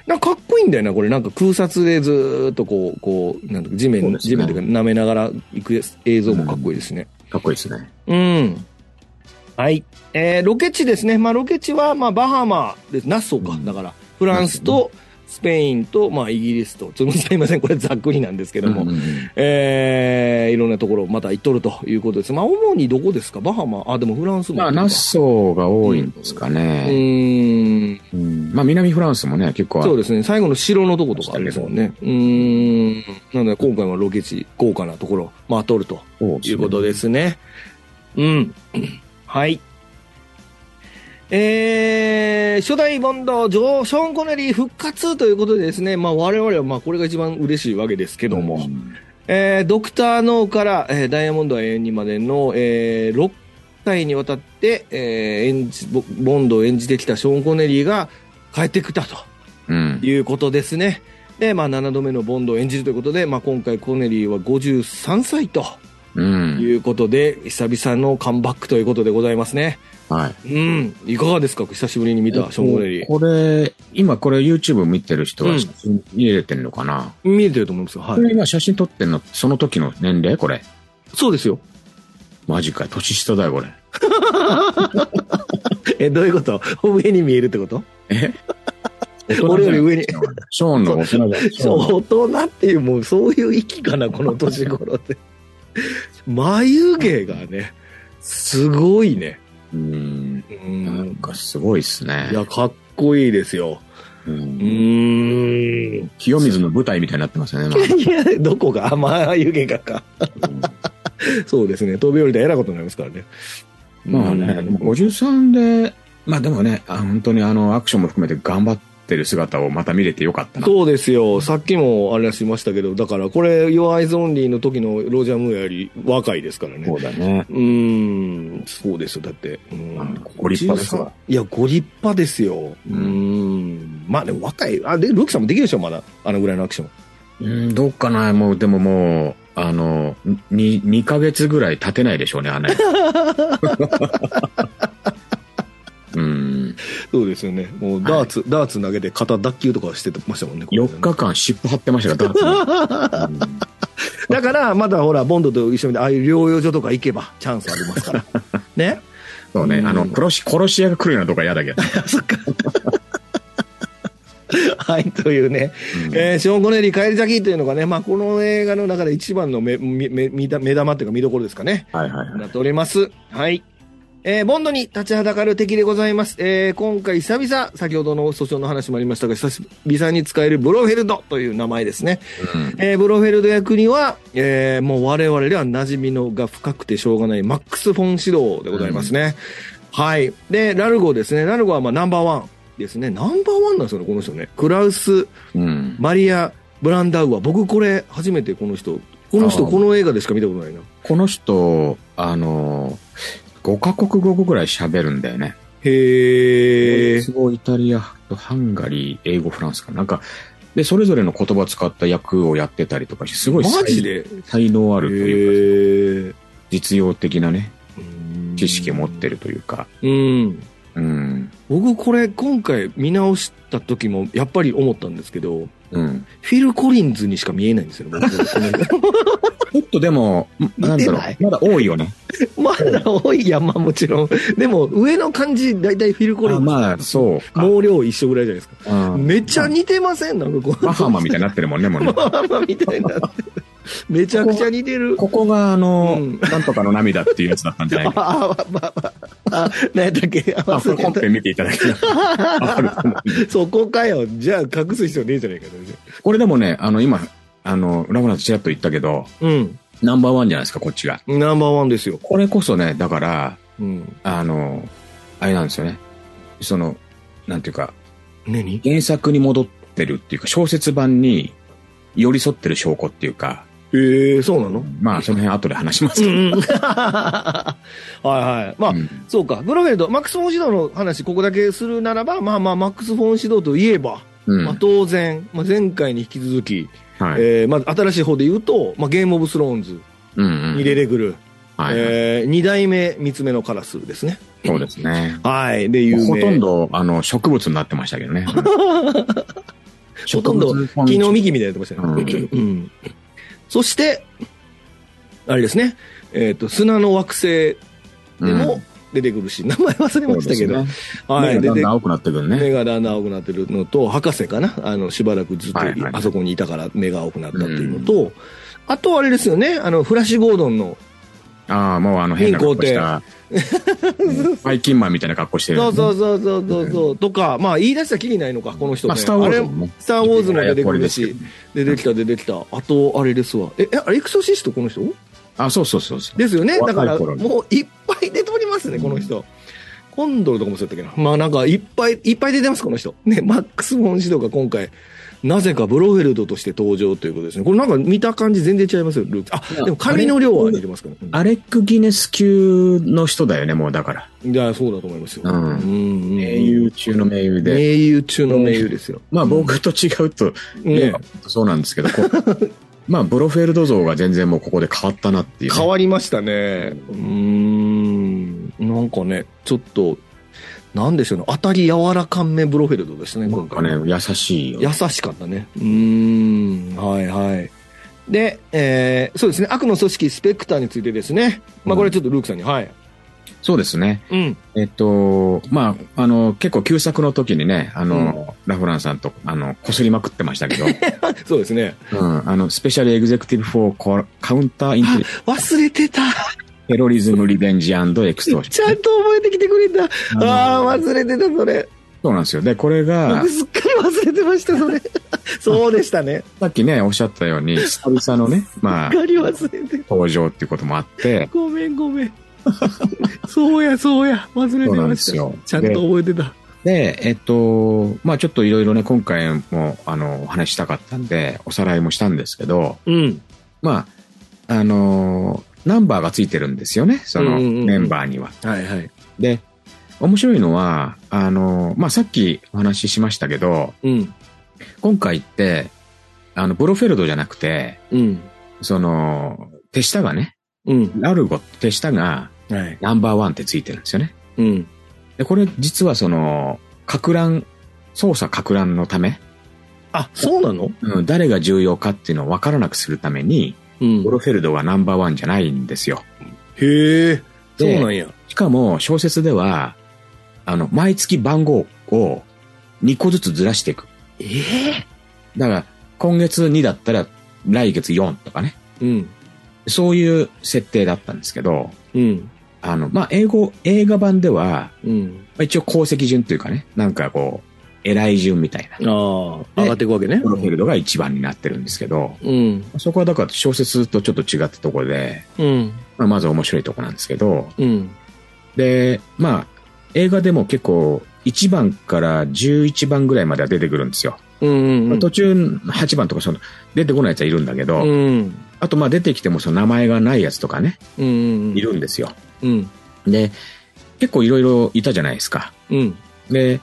A: なんかかっこいいんだよな、これ。なんか空撮でずーっとこう、こう、なんとか地面、
B: そうですね
A: 地面というか舐めながら行く映像もかっこいいですね。
B: かっこいいですね。
A: うん。はい。えーロケ地ですね。まあ、ロケ地は、まあ、バハマです。ナッソーか。
B: うん
A: だから、フランスと、スペインと、まあ、イギリスと、ちょっとすいません、これざっくりなんですけども、
B: うんうんうん
A: えーいろんなところ、また行っとるということです。まあ、主にどこですかバハマ、あ、でもフランスも
B: ま
A: 行
B: あ、
A: っとるか。
B: ナッソーが多いんですか
A: う
B: ね。
A: ーん。
B: うんまあ、南フランスもね、結構あ
A: そうですね。最後の城のとことかありますもんね。うーん。なので、今回はロケ地、豪華なところ、まあ、取ると
B: そう
A: いうことですね。うん。 はい。えー、初代ボンド、ジョー・ショーン・コネリー復活ということでですね、まあ我々はまあこれが一番嬉しいわけですけども、
B: ん
A: えードクター・ノーから、えーダイヤモンドは永遠にまでの、えー6回にわたって、えー演じボボンドを演じてきたショーン・コネリーが帰ってきたと
B: うん
A: と。いうことですね。で、まあ、7度目のボンドを演じるということで、まあ、今回コネリーは53歳と
B: うん。
A: いうことで、久々のカムバックということでございますね。
B: はい。
A: うん。いかがですか久しぶりに見た、ショーン・コネリー。
B: これ、今これ YouTube 見てる人
A: うん
B: は写真入れてんのかな、
A: 見えてると思うんですよ。は
B: これ
A: い。
B: 今写真撮ってんの、その時の年齢これ。
A: そうですよ。
B: マジか、年下だよ、これ。
A: え、どういうこと上に見えるってこと
B: え
A: 俺より上に。
B: ショーンの大人だよ。ショーン
A: そう、大人っていう、もうそういう域かな、この年頃って。眉毛がね、すごいね。
B: うん。
A: う
B: なん
A: ん。
B: かすごいっすね
A: い。や、かっこいいですよ。
B: う
A: うんーん。
B: 清水の舞台みたいになってますよね、
A: いや、 どこが甘湯気がか。 そうですね。飛び降りたらえらいことになりますからね。
B: まあね、53で、まあでもね、あ本当にあの、アクションも含めて頑張ってる姿をまた見れてよかったな。
A: そうですよ。さっきもあれはしましたけど、だからこれ、Your Eyes Only の時のロジャー・ムーアより若いですからね。
B: うだね。
A: うーん、そうですよ。だって。うん
B: あご立派ですわ。
A: いや、ご立派ですよ。う
B: うん
A: ーん。まあでも若い。あ、で、ルーキさんもできるでしょ、まだ。あのぐらいのアクション。
B: うん、どうかな、もう、でももう、あの、に、2ヶ月ぐらい経てないでしょうね、あの うん。
A: そうですよね。もうダーツ、ダーツ投げて肩脱臼とかしてましたもんね。これね
B: 4日間湿布貼ってましたから、ダーツにうん
A: だから、まだほら、ボンドと一緒に、ああいう療養所とか行けば、チャンスあります から。ね。
B: そうね、あの、殺し、殺し屋が来るようなとこは嫌だけど。
A: はい、というね。
B: うん
A: えーショーン・コネリー、帰り咲きというのがね、まあ、この映画の中で一番の目、目、目目玉目玉っていうか見どころですかね。
B: はいはいはい。
A: なっております。はい。えーボンドに立ちはだかる敵でございます。えー今回久々、先ほどの訴訟の話もありましたが、久々に使えるブロフェルドという名前ですね。
B: うん
A: えーブロフェルド役には、えーもう我々では馴染みのが深くてしょうがないマックス・フォン・シドーでございますね。はい。で、ラルゴですね。ラルゴはまあナンバーワンですね。ナンバーワンなんですよね、この人ね。クラウス・
B: うん。
A: マリア・ブランダウア。僕これ初めてこの人、この人
B: あー
A: この映画でしか見たことないな。
B: この人、あの、5カ国語ぐらい喋るんだよね。
A: へー
B: すごいイタリア、ハンガリー、英語、フランスかな。なんか、で、それぞれの言葉を使った役をやってたりとかして、すごい才
A: マジで
B: 才能あるとい
A: へ
B: うか、
A: ー
B: 実用的なね、知識を持って。るというか、
A: うん。
B: うん。
A: 僕これ今回見直した時もやっぱり思ったんですけど、
B: うん。
A: フィル・コリンズにしか見えないんです よね。
B: ちょっとでも、なんだろ、
A: 似てないう
B: まだ多いよね。
A: まだ多い山もちろん。でも、上の感じ、だいたいフィル・コリン
B: あ
A: ズ。
B: まあ、そうか。
A: 毛量一緒ぐらいじゃないですか。
B: うん
A: めっちゃ似てませんなんかこう。
B: バハマみたいになってるもんね、もうね。
A: ママみたいになってる。めちゃくちゃ似てる。
B: ここが、あの、
A: うん
B: なんとかの涙っていうやつだったんじゃない
A: あ
B: か。
A: あ、まあまあ、あ、何やったっけ
B: まあ、こ
A: 忘
B: れ
A: れ
B: 本
A: た
B: 編見ていただ ければわかると思う
A: そこかよ。じゃあ隠す必要ねえじゃないかと。
B: これでもね、あの、今、あの、ラブナーズちらっと言ったけど、
A: うん。
B: ナンバーワンじゃないですか、こっちが。
A: ナンバーワンですよ。
B: これこそね、だから、
A: うん。
B: あの、あれなんですよね。その、なんていうか、
A: 何
B: 原作に戻ってるっていうか、小説版に寄り添ってる証拠っていうか、
A: ええそうなの
B: まあ、その辺後で話します
A: う
B: けど。
A: ん。 はいはい。まあ、
B: うん
A: そうか。ブロフェルド、マックス・フォン・シドーの話、ここだけするならば、まあまあ、マックス・フォン・シドーといえば、
B: うん
A: まあ当然、まあ、前回に引き続き、
B: はい。
A: えーまず新しい方で言うと、まあ、ゲーム・オブ・スローンズ、
B: うんう
A: に
B: ん。
A: レレグル、
B: はいはい。
A: えー、二代目、三つ目のカラスですね。
B: そうですね。
A: はい。で、有名。
B: ほとん。ど、あの、植物になってましたけどね。うん
A: ほとんど、
B: 植物
A: 昨日幹みたいになってましたね。うん。そして、あれですね、えっ、と、砂の惑星
B: うん
A: でも出てくるし、名前忘れましたけど、
B: そうですね
A: は
B: 目
A: い、
B: が
A: 出
B: だん
A: て
B: だん青くなってくるね。
A: 目がだんだん青くなってるのと、博士かな、あのしばらくずっと
B: はいはいはい
A: あそこにいたから目が青くなったっていうのと、あとあれですよね、あのフラッシュ・ゴードンの、
B: ああ、もうあの変な格好した。バイキンマンみたいな格好してる、
A: そうそうそうそうそうそう、とか、まあ、言い出したきりないのか、この人ね、
B: まあ、スター・ウォーズ
A: あれ
B: もね。
A: スター・ウォーズも出てくる
B: いい
A: し
B: 役割です、けど
A: 出てきた、出
B: ね
A: てきた、あとあれですわ、え、えあれエクソシスト、この人
B: あ、そうそうそうそう。
A: ですよね、だから
B: 若い頃に
A: もういっぱぱい出ておりますね、この人。コンドルとかもそうやったっけな。まあなんか、いっぱい、いっぱい出てます、この人。ね、 マックス・フォン・シドが今回、なぜかブロフェルドとして登場ということですね。これなんか見た感じ全然違いますよ、ルーク。
B: い
A: あ、
B: や
A: でも髪の量は似てますから。
B: アレック・ギネス級の人だよね、もうだから。
A: いや、そうだと思いますよ。
B: うん
A: んうん
B: 英雄中の名優で。
A: 名優中の名優ですよ。
B: まあ僕と違うと、
A: ね
B: まあそうなんですけど、こう まあブロフェルド像が全然もうここで変わったなっていうね、
A: 変わりましたね。うーん。なんかね、ちょっと、なんでしょうね。当たり柔らかめブロフェルドでしたね、今回。
B: なんかね、優しいよね。
A: 優しかったね。うーん。はいはい。で、えーそうですね。悪の組織、スペクターについてですね。まあこれちょっとルークさんに、はい。
B: そうですね。
A: うん。
B: えっと、まあ、あの、結構旧作の時にね、あの、ラフランさんと、あの、こすりまくってましたけ ど、
A: そうですね。
B: うん、あの、スペシャルエグゼクティブ・フォー・カウンター・インテ リ、
A: 忘れてた。
B: テロリズム・リベンジ・エクストーシ
A: ちゃん
B: ョン。
A: と覚えてきてくれた。ああ、忘れてた、それ。
B: そうなんですよ。で、これが
A: 僕、すっかり忘れてました、それ。そうでしたね。
B: さっきね、おっしゃったように、久々のね、ます
A: っ、
B: あ
A: かり忘れてた。
B: 登場っていうこともあって、
A: ごめんごめん。 そうやそうや、忘れてました。
B: そうなんですよ
A: ちゃんと覚えてた。
B: で、えっと、まあちょっといろいろね、今回も、あの、お話ししたかったんで、おさらいもしたんですけど、
A: うん。
B: まあ、あの、ナンバーがついてるんですよね、そ
A: う
B: の
A: んうんうん
B: メンバーには。
A: はいはい。
B: で、面白いのは、あの、まあさっきお話ししましたけど、
A: うん。
B: 今回って、あの、ブロフェルドじゃなくて、
A: うん。
B: その、手下がね、
A: うん。
B: ラルゴ手下が
A: はい。
B: ナンバーワンってついてるんですよね。
A: うん。
B: で、これ実はその、格乱、捜査格乱のため、
A: あ、そうなの
B: うん、誰が重要かっていうのを分からなくするために、
A: うん
B: ゴロフェルドがナンバーワンじゃないんですよ。
A: へえ。そう
B: で
A: なんや。
B: しかも小説では、あの、毎月番号を2個ずつずらしていく。
A: ええ
B: だから、今月2だったら来月4とかね。
A: うん。
B: そういう設定だったんですけど、
A: うん。
B: あの、まあ、英語、映画版では、
A: うん。
B: まあ一応功績順というかね、なんかこう、偉い順みたいな。
A: ああ、
B: で
A: 上がっていくわけね
B: ゴ。ロフェルドが1番になってるんですけど、
A: うん。
B: そこはだから小説とちょっと違ったところで、
A: うん。
B: まあ、まず面白いところなんですけど、
A: うん。
B: で、まあ、映画でも結構、1番から11番ぐらいまでは出てくるんですよ。
A: うん。うん。
B: 途中、8番とかその、出てこないやつはいるんだけど、
A: うん。
B: あと、まあ出てきてもその名前がないやつとかね、
A: うん。
B: いるんですよ。
A: うん。
B: で、結構いろいろいたじゃないですか。
A: うん。
B: で、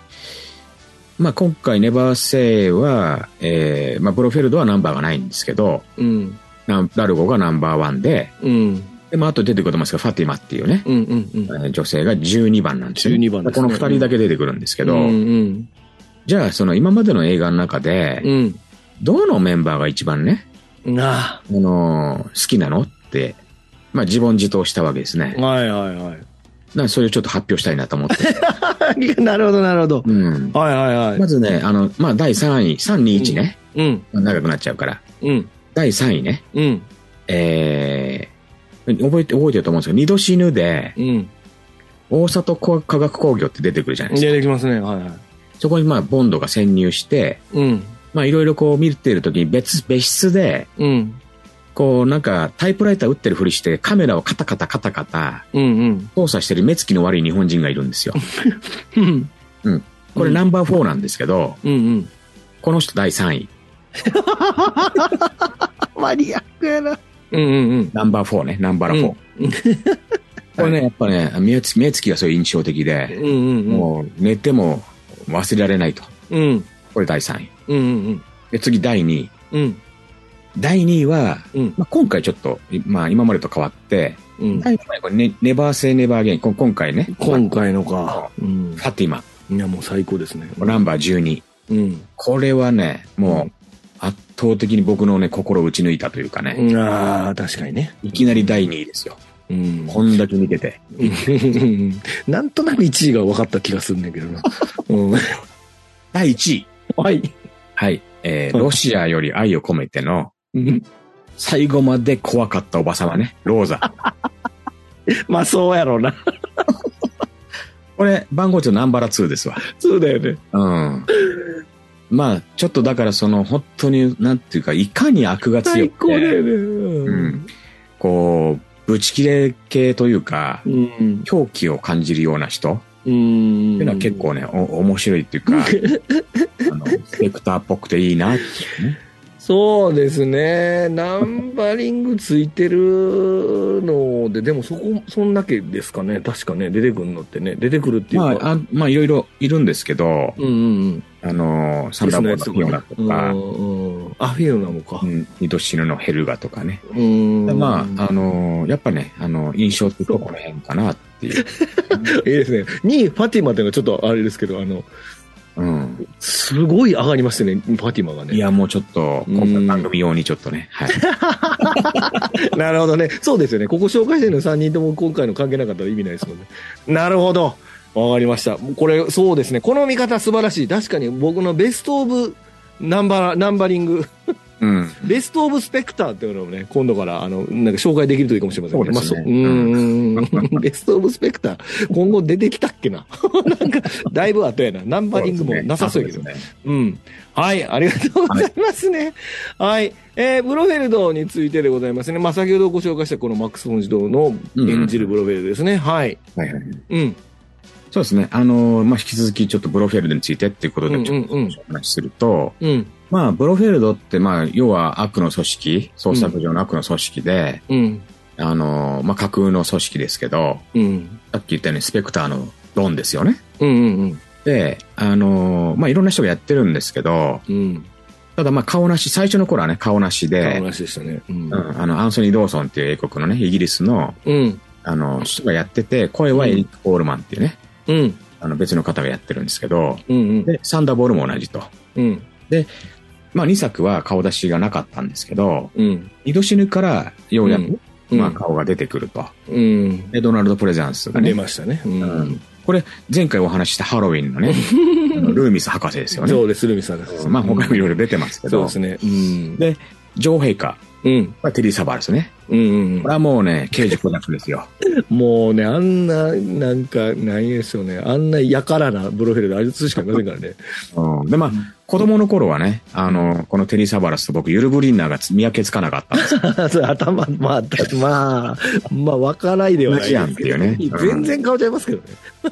B: まあ今回、ネバーセイは、えー、まあブロフェルドはナンバーがないんですけど、
A: うん。
B: ナンダルゴがナンバーワンで、
A: うん。
B: で、まああと出てくると思いますけど、ファティマっていうね、
A: うん。うん。うん。
B: えー女性が12番なんですよ、
A: 12番です
B: こ
A: ね
B: の2人だけ出てくるんですけど、
A: うん。
B: じゃあ、その今までの映画の中で、
A: うん。
B: どのメンバーが一番ね、
A: うん。あ
B: あのー好きなのって、まあ自問自答したわけですね
A: あ。。はいはいはい。
B: なんでそれをちょっと発表したいなと 思って。
A: あり がなるほどなるほど。
B: うん。
A: はいはいは
B: ま
A: い。
B: ずね、あの、まあ第3位、321ね。
A: うん。
B: 長くなっちゃうから。
A: うん。
B: 第3位ね。
A: うん。
B: えー、覚えて、覚えてると思うんですけど、二度死ぬで、
A: うん。
B: 大里科学工業って出てくるじゃないです
A: 出
B: か。
A: てきますね。はいはい。
B: そこにまあボンドが潜入して、
A: うん。
B: まあいろいろこう見てるときに別、別室で、
A: うん。
B: こうなんかタイプライター打ってるふりしてカメラをカタカタカタカタ
A: うん
B: 操作してる目つきの悪い日本人がいるんですよ。
A: うん。うん。
B: これ
A: うん
B: ナンバー4なんですけど、
A: うん
B: この人第3位。
A: うん。マニアックやな。うんうんうん。
B: ナンバー4ね、ナンバー4。
A: うん
B: これね、やっぱね、目つ目つきがそういう印象的
A: う
B: で、
A: んうん
B: もう寝ても忘れられないと。
A: うん。うん
B: これ第3位。
A: うんうん
B: で、次第2位。
A: うん。
B: 第2位は、
A: うん
B: まあ、今回ちょっと、まあ今までと変わって、
A: うん。
B: 第2位はこれネネバーセーネバーゲイン。こ今回ね、
A: 今回のか。うん
B: フ。ァティマ、
A: いやもう最高ですね。
B: ナンバー12。
A: うん。
B: これはね、
A: う
B: もう圧倒的に僕のね、心を打ち抜いたというかね、
A: ああ、確かにね。
B: いきなり第2位ですよ。
A: うん。
B: こんだけ見てて。
A: なんとなく1位が分かった気がするんだけどな。うん。
B: 第1位。
A: はい。
B: はい。えー
A: はい
B: ロシアより愛を込めての、
A: うん
B: 最後まで怖かったおばさまね、ローザ。
A: まあそうやろうな。
B: これ、番号ちょっとナンバラ2ですわ。
A: そうだよね。
B: うん。まあ、ちょっとだからその、本当に、なんていうか、いかに悪が強
A: 最
B: く
A: 高だ
B: て、
A: よね。
B: う
A: うん
B: ん。こう、ブチ切れ系というか、
A: うん。
B: 狂気を感じるような人っ
A: うん。
B: ていうのは結構ね、お面白いって いうか、あの、スペクターっぽくていいなっていうね。
A: そうですね。ナンバリングついてるので、でもそこ、そんだけですかね。確かね、出てくるのってね。出てくるっていう
B: ま
A: か。
B: あ、あまあ、いろいろいるんですけど、
A: うんうんうん。
B: あの、サンダーボードのフィオナと
A: うん
B: か、
A: うんうんあ、フィオナもか
B: う。ん、二度死ぬのヘルガとかね。
A: うん
B: まあ、あ、の、やっぱね、あの、印象ってとこの辺かなっていう。
A: いいですね。2位、ファティマっていうのはちょっとあれですけど、あの、
B: うん。
A: すごい上がりましたね、ファティマがね。
B: いや、もうちょっと、
A: うん
B: 今回番組用にちょっとね、はい。
A: なるほどね。そうですよね。ここ紹介してるの3人とも今回の関係なかったら意味ないですもんね。なるほど。わかりました。もうこれ、そうですね。この見方素晴らしい。確かに僕のベストオブナンバー、ナンバリング、
B: うん。
A: ベストオブスペクターっていうのもね、今度から、あの、なんか紹介できるといいかもしれません
B: そうですね
A: まあそううん うん。ベストオブスペクター、今後出てきたっけな。 なんか、だいぶ後やな。ナンバリングもなさそうやけど。
B: で
A: う
B: すね。
A: ん。はい、ありがとうございますね。はい、えー、ブロフェルドについてでございますね。まあ、先ほどご紹介したこのマックス・フォン・ジドーの演じるブロフェルドですね。はい。
B: はいはい。
A: うん。
B: そうですね。あの、まあ、引き続きちょっとブロフェルドについてっていうこと
A: う
B: で
A: ん
B: ちょっ
A: うん
B: とお話しすると、
A: うん。
B: まあ、ブロフェルドって、まあ、要は悪の組織、創作上の悪の組織で、
A: うん。
B: あの、まあ、架空の組織ですけど、
A: うん。
B: さっき言ったようにスペクターのドンですよね。
A: うんうん
B: で、あの、まあ、いろんな人がやってるんですけど、
A: うん。うん。
B: ただまあ、顔なし、最初の頃はね、顔なしで、
A: 話でしたね。うん
B: う。ん、あの、アンソニー・ドーソンっていう英国のね、イギリスの、
A: うん。
B: あの、人がやってて、声はエリック・コールマンっていうね、
A: うん。
B: あの別の方がやってるんですけど、
A: うん。
B: で、サンダーボールも同じと。
A: うん。
B: まあ2作は顔出しがなかったんですけど、
A: うん。
B: 二度死ぬからようやく、
A: うん
B: まあ顔が出てくると。
A: うん。
B: で、ドナルド・プレゼンスがね。
A: 出ましたね。う
B: うん。これ、前回お話ししたハロウィンのね、あのルーミス博士ですよね。
A: そうです、ルミさんです。
B: まあ他にもいろいろ出てますけ
A: そう
B: ど、
A: ですね。うん。
B: でジョー陛下、
A: うん。
B: まあ、テリー・サバルスね。
A: うん
B: これ。はもうね、刑事子役ですよ。
A: もうね、あんな、なんか、ないですよね。あんなやからなブロフィールであいつしかいませんから ね。
B: うんで、まあ、子供の頃はね、あの、このテリー・サバラスと僕、ユル・ブリンナーが見分けつかなかったん ですよ。
A: それ頭、まあ、たまあ、まあ、わからないではないですけど
B: 同じやんっていうね
A: 全然顔ちゃいますけどね。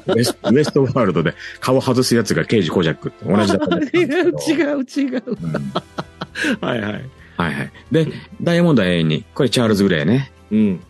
B: ウェスウェストワールドで顔外すやつが刑事コジャックって同じだったんですけ
A: 違
B: ど
A: う、違う、違う。
B: うん
A: はいはい。
B: はいはい。で、ダイヤモンドは永遠に、これチャールズ・グレーね。
A: うん。
B: うん。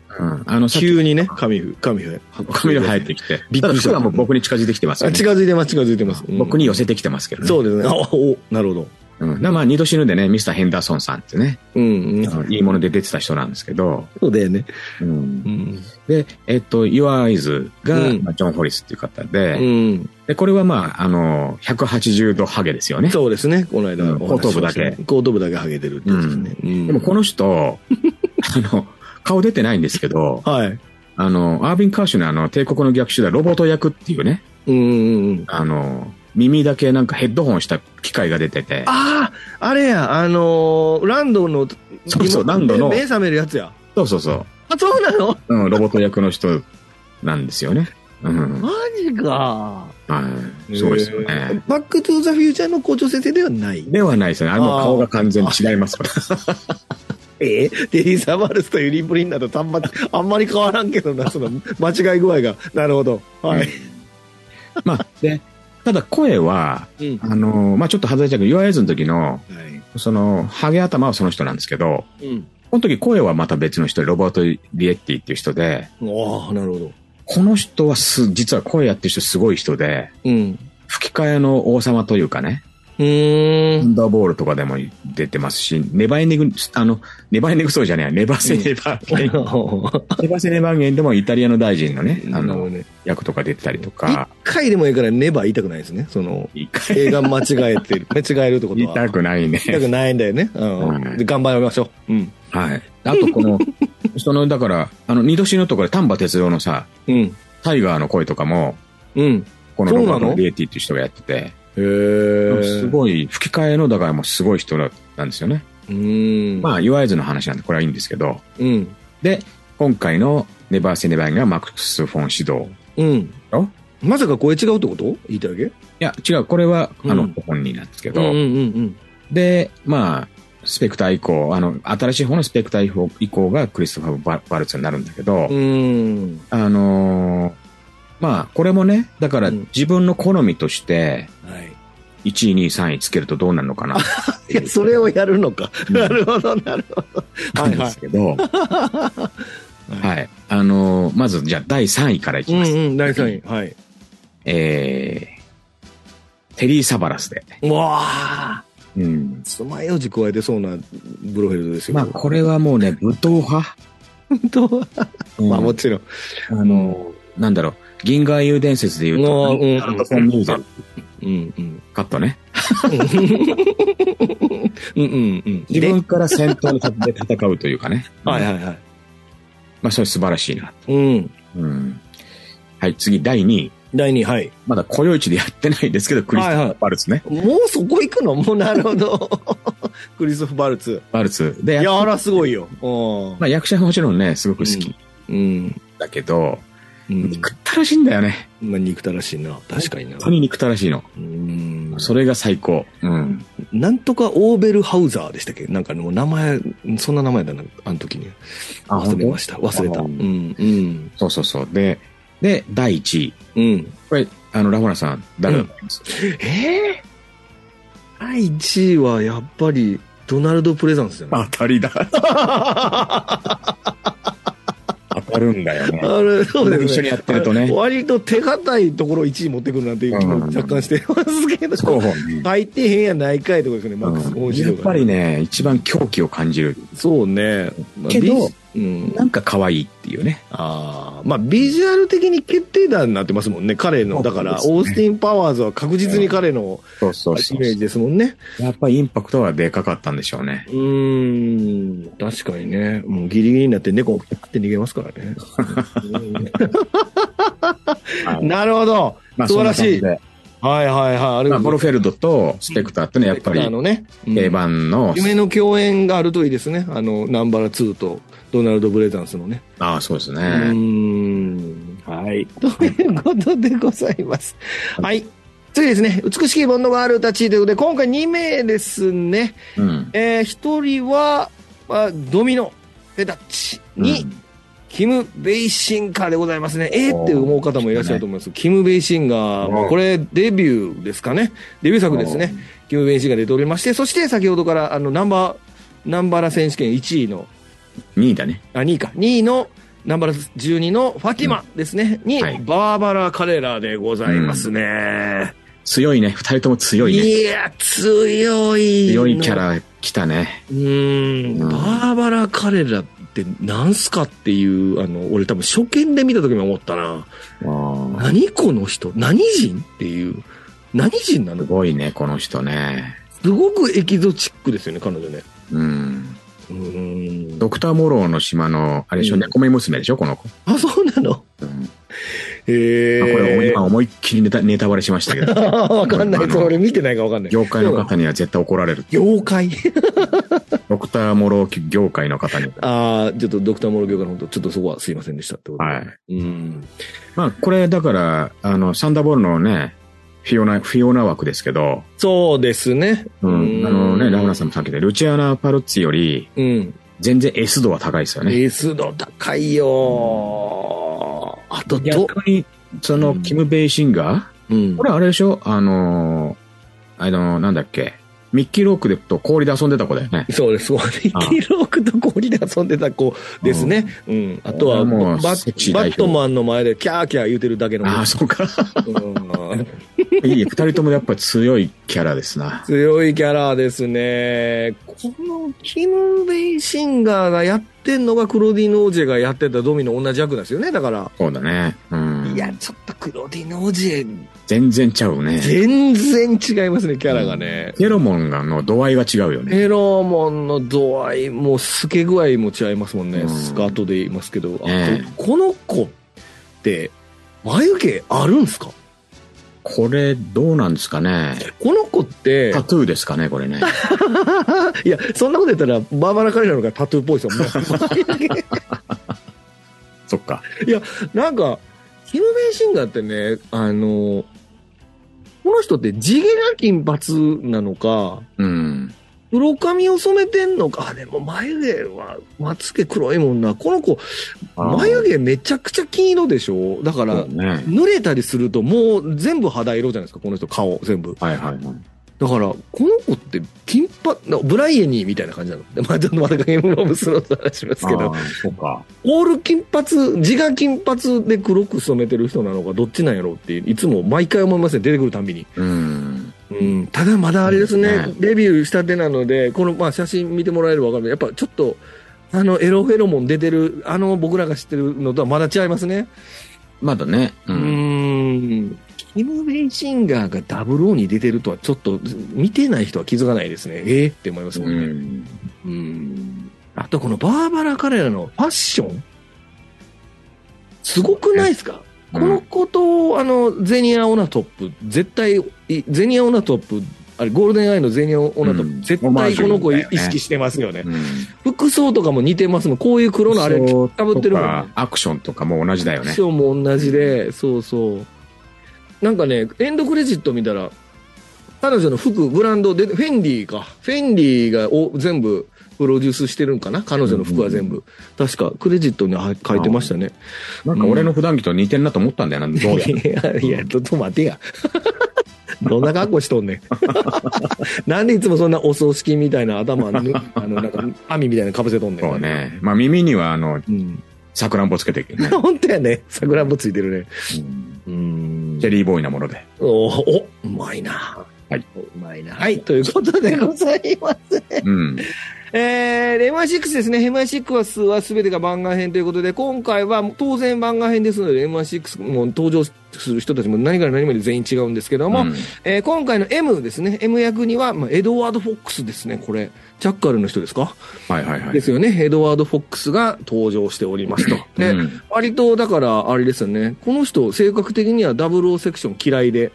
B: あの、さっき
A: 急にね、髪ふ、髪ふ。
B: 髪の生えてきて。
A: びっ
B: だ
A: く
B: か
A: り
B: ら
A: した
B: 服がもう僕に近づいてきてます
A: あ
B: よね。
A: 近づいてます、近づいてます。うん
B: 僕に寄せてきてますけどね。。
A: そううですね。あお、なるほど。
B: うん。だからまあ、二度死ぬでね、ミスター・ヘンダーソンさんってね、
A: うん、うん。
B: あ
A: そ
B: のいいもので出てた人なんですけど、
A: うだよね。
B: うん
A: うん。
B: で、えっと、Your Eyes が、
A: うん
B: まあジョン・ホリスっていう方で、
A: うん。
B: で、これはまあ、あの、180度ハゲですよね。
A: そうですね、この間
B: うん
A: お話ししましたね、
B: 後頭部だ
A: 後頭部だ
B: け
A: けハゲてるってやつですね。うん
B: でもこの人、 あの、顔出てないんですけど、
A: はい。
B: あの、アービン・カーシュのあの、帝国の逆襲だ、ロボット役っていうね、
A: うんうんうん。
B: あの、耳だけなんかヘッドホンした機械が出てて、
A: ああ、あれや、あのーランドの、
B: そうそう
A: 今
B: ランドの
A: 目覚めるやつや。
B: そうそうそ
A: あ、そうなの
B: う、うん、ロボット役の人なんですよね。うん。
A: マジか。
B: はい。そうですよ
A: え
B: ね
A: ー。バックトゥーザフューチャーの校長先生ではない。
B: ではないですよね。あれもう顔が完全に違いますから。
A: えー、デリー・サバルスとユリー・プリンナーと単発、 あんまり変わらんけどな、その間違い具合が。なるほど。はい。
B: まあ、で、ただ声は、
A: うん。
B: あの、まあちょっと外れちゃうけど、岩井図の時の、
A: はい。
B: その、ハゲ頭はその人なんですけど、
A: うん。
B: この時声はまた別の人、ロバート・リエッティっていう人で、
A: ああ、なるほど。
B: この人はす、実は声やってる人すごい人で、
A: うん。
B: 吹き替えの王様というかね、
A: うー
B: サ
A: ん。
B: ンダーボールとかでも出てますし、ネバーエンディング、あの、ネバーエンディングそうじゃない、ネバーセネバーゲン、 ネバーセネバーゲンでもイタリアの大臣のね、
A: な
B: あ
A: るほど
B: の、
A: ね
B: 役とか出てたりと
A: 一
B: か、
A: 回でもいいからネバー言いたくないですね。その、
B: 一回
A: 映画間違えて る、間違えるってこと
B: 言
A: は。
B: いたくないね。
A: 言いたくないんだよね。うん。
B: はい
A: で頑張りましょう。うん。
B: はい。あとこの、 その、だから、あの、二度死ぬとこで丹波哲郎のさ、
A: うん。
B: タイガーの声とかも、
A: うん。
B: この
A: そう
B: ロ
A: な
B: バ
A: の
B: ート・リエッティっていう人がやってて、
A: へー
B: すごい、吹き替えの、だからもうすごい人だなんですよね。
A: うん。
B: まあ、言わずの話なんで、これはいいんですけど。
A: うん。
B: で、今回のネバーセネバーがマックス・フォン・シド
A: う
B: ー。い
A: ん。
B: あ
A: まさか声違うってこと言いたいわけ
B: や、違う、これは、あ
A: う
B: の
A: ん、
B: 本人なんですけ
A: うんうん
B: ど。で、まあ、スペクター以降、あの、新しい方のスペクター以降以降がクリストファー・ババルツになるんだけど、
A: うん。
B: あのーまあ、これもね、だから
A: うん
B: 自分の好みとして、
A: はい。
B: 1位、2位、3位つけるとどうなるの かな。
A: いや、それをやるのか。
B: うん
A: なるほど、なるほど。
B: なんです け
A: い
B: ど、はい。あのーまず、じゃあ、第3位からいき
A: うん
B: ます。
A: うん、第3位。はい。
B: えー、テリー・サバラスで。
A: うわあ。
B: うん。
A: 爪楊枝加えてそうなブロフェルドですよ。
B: まあ、これはもうね、武闘派。
A: 本当は。
B: うん
A: まあ、もちろん。
B: あのーなんだろう、銀河英雄伝説で言うと、
A: うんうん
B: アルトフォン・ミューゼル
A: うんうん。
B: カットね。
A: うんうんうん。
B: 自
A: で
B: 分から先頭に立って戦うというかね。
A: はい
B: い。
A: はいはい。
B: まあ、それ素晴らしいな。
A: うん。
B: うん。はい、次、第2位。
A: 第2位、はい。
B: まだ雇用市でやってないですけど、クリストフ
A: はいは
B: ァ
A: い
B: ー・バルツね。
A: もうそこ行くのもうなるほど。 クリストフ・バルツ。
B: バルツ。で、
A: い
B: や
A: や、あらすごいよ。うん
B: まあ、役者ももちろんね、すごく好き
A: うん。
B: だけど、
A: うん。
B: 憎ったらしいんだよね。
A: まあ、憎たらしいな。確かにな
B: 本。当に憎たらしいの。
A: うん。
B: それが最高。うん。
A: なんとかオーベルハウザーでしたっけなんかもう名前、そんな名前だな、あの時に。
B: あ
A: 忘れま
B: し
A: した。忘れた。
B: あ
A: うん。うん。
B: そうそうそう。で、で、第1位。
A: うん。
B: これ、あの、ラフランさん、誰だと思います、
A: ええ第1位はやっぱり、ドナルド・プレザンスじゃない
B: 当たり だ。当たるんだ よね。
A: あれ、そうですね。
B: 一緒にやってるとね
A: あれ割と手堅いところを1位持ってくるなんていう気も若干してますけど、
B: 候補ね。
A: 入ってへんやないかいとかですよね、マックス・
B: う
A: オ
B: ん
A: ー
B: やっぱり。ね、一番狂気を感じる。
A: そうね。まあ
B: けど、
A: ビジうん。
B: なんか可愛いっていうね。
A: ああ、まあ、ビジュアル的に決定打になってますもんね、彼の。だから、
B: そう
A: オー
B: ですね
A: スティン・パワーズは確実に彼の
B: そう
A: イ
B: そう
A: メ
B: そう。
A: ージですもんね。
B: やっぱりインパクトはでかかったんでしょうね。
A: うーん、確かにね。もうギリギリになって猫をピャって逃げますからね。
B: はい
A: なるほど。
B: まあ
A: 素晴らしい
B: そんな感じで
A: はいはいはい。あれ
B: まあ、ボロフェルドとスペクターってね、やっぱり
A: あのね、うん
B: 定番の、
A: 夢の共演があるといいですね。あの、ナンバラ2とドナルド・ブレザンスのね。
B: ああ、そうです
A: うー
B: ね。
A: ん。はい。ということでございます。はい。次ですね。美しきボンドがあるたちということで、今回2名ですね。
B: うん。
A: えー、1人は、まあ、ドミノ・ペタッチに、
B: うん
A: キム・ベイシンガーでございますね。えー、って思う方もいらっしゃると思います。キム・ベイシンガー、
B: うん
A: これデビューですかね。デビュー作ですね。キム・ベイシンガー出ておりまして、そして先ほどから、あの、ナンバー、ナンバラ選手権1位の、
B: 2位だね。
A: あ、2位か、2位の、ナンバラ12のファティマですね、に、
B: はい
A: バーバラ・カレラでございますね。
B: 強いね。二人とも強いね。
A: いや、強いの。
B: 強いキャラ来たね。
A: うーん、
B: うん
A: バーバラ・カレラってなんすかっていう、あの、俺多分初見で見た時も思ったな。
B: ああ
A: 何この人何人っていう。何人な
B: す
A: の
B: ごいね、この人ね。
A: すごくエキゾチックですよね、彼女ね。
B: うん。
A: うーん。
B: ドクター・モローの島の、あれでしょ、
A: うん
B: 猫目娘でしょ、この子。
A: あ、そうなの
B: うん
A: へえ
B: まあこれ、今思いっきりネタネタバレしましたけど、
A: わかんない。それ俺見てないからわかんない。
B: 業界の方には絶対怒られる。
A: 妖怪
B: ドクター・モロー業界の 方に。
A: ああ、ちょっとドクターモロ業界の本当、ちょっとそこはすいませんでしたってことで。
B: はい。
A: うん。
B: まあ、これ、だから、あの、サンダーボールのね、フィオナ、フィオナ枠ですけど、
A: そうですね。
B: うん、あのね、ラフナさんもさっきで、ルチアーナ・パルッツィより、
A: うん。
B: 全然 S 度は高いですよね。
A: レス度高いよーあと、ど、
B: 逆に、その、
A: うん
B: キム・ベイシンガ
A: うん
B: ーこ。れあれでしょあのー、あのー、なんだっけミッキー・ロークでと氷で遊んでた子だ よね。
A: そうです。そうです。
B: ああ
A: 黄色くと氷で遊んでた子ですね。うん。あとは、
B: これはも
A: バ
B: うセクシ
A: ッ
B: ー代
A: バッ
B: 表
A: トマンの前でキャーキャー言うてるだけの。
B: ああ、そうか。
A: うん
B: いい、二人ともやっぱ強いキャラですな。
A: 強いキャラですね。このキム・ベイシンガーがやってんのがクロディ・ノージェがやってたドミの同じ役なんですよね。だから。
B: そうだね。うん。
A: いや、ちょっとクロディ・ノージェ、
B: 全然ちゃうね。
A: 全然違いますね、キャラがね。
B: フェロモンがの度合いが違うよね。
A: ヘロモンの度合いも透け具合も違いますもんね、
B: うん
A: スカートで言いますけど、あと
B: ええ
A: この子って眉毛あるんすか
B: これ、どうなんですかね。
A: この子って
B: タトゥーですかね、こ れね。
A: いやそんなこと言ったらバーバラ・カレラの方がタトゥーっぽいですもんね 眉
B: そっか。
A: 毛なんかキム・ベイシンガーってねあのこの人って地毛が金髪なのか
B: うん。
A: う黒髪を染めてんのか。あ、でも眉毛は、まつ毛黒いもんな。この子、眉毛めちゃくちゃ金色でしょだか
B: あー
A: ら、
B: そうね。
A: 濡れたりするともう全部肌色じゃないですか、この人顔全部。
B: はいはいはい。
A: だから、この子って金髪、なブライエニーみたいな感じなの。でまあちょっとまたゲームロブスの話しますけど
B: あ、ーそうか。
A: オール金髪、自我金髪で黒く染めてる人なのかどっちなんやろうって、いつも毎回思いますね、出てくるたんびに。
B: うん。
A: うん、ただまだあれですね、
B: そうです
A: デビューしたてなので、この、まあ、写真見てもらえればわかるやっぱちょっと、あの、エロフェロモン出てる、あの、僕らが知ってるのとはまだ違いますね。
B: まだね。う
A: うー
B: ん。
A: ん。キム・ベイシンガーがダブルに出てるとは、ちょっと、見てない人は気づかないですね。ええって思いますも
B: うん
A: ね。
B: ん。
A: うん。あと、このバーバラ・カレラのファッション、すごくないですかこの子と、あの、ゼニア・オナトップ、絶対、いゼニア・オナトップ、あれ、ゴールデンアイのゼニア・オナトップ、
B: うん
A: 絶対この子
B: オマー
A: 意
B: ジュみたいなね
A: 識してますよね。
B: うん。
A: 服装とかも似てますもん。こういう黒のあれ、
B: 服装
A: かぶってるもん、
B: と
A: ね
B: か。アクションとかも同じだよね。
A: ションも同じで、そうそう。なんかね、エンドクレジット見たら、彼女の服、ブランドで、フェンディか。フェンディがお全部プロデュースしてるんかな彼女の服は全部。確か、クレジットには書いてましたね。
B: なんか俺の普段着と似てんなと思ったんだよな、どうやら。
A: いや、いや、ちょっと待てや。 どんな格好しとんねん。なん でいつもそんなお葬式みたいな頭 ぬ、あの、なんか、網みたいなのかぶせとんねん。
B: そうね。まあ耳にはあの、
A: うん。
B: さくらんぼつけてるけどね。
A: 本当やね。桜もついてるね。
B: うん
A: うん
B: チェリーボーイなもので。
A: おお、うまいな。
B: はい。
A: うまいな。はい、ということでございます。
B: うん。
A: えー、MI6 ですね。MI6 は全てが番外編ということで、今回は当然番外編ですので、MI6 も登場する人たちも何から何まで全員違うんですけども、
B: うん
A: えー今回の M ですね。M 役には、まあ、エドワード・フォックスですね。これ、チャッカルの人ですか、
B: はいはいはい。
A: ですよね。エドワード・フォックスが登場しておりますと。で、
B: うん
A: 割と、だから、あれですよね。この人、性格的には00セクション嫌いで、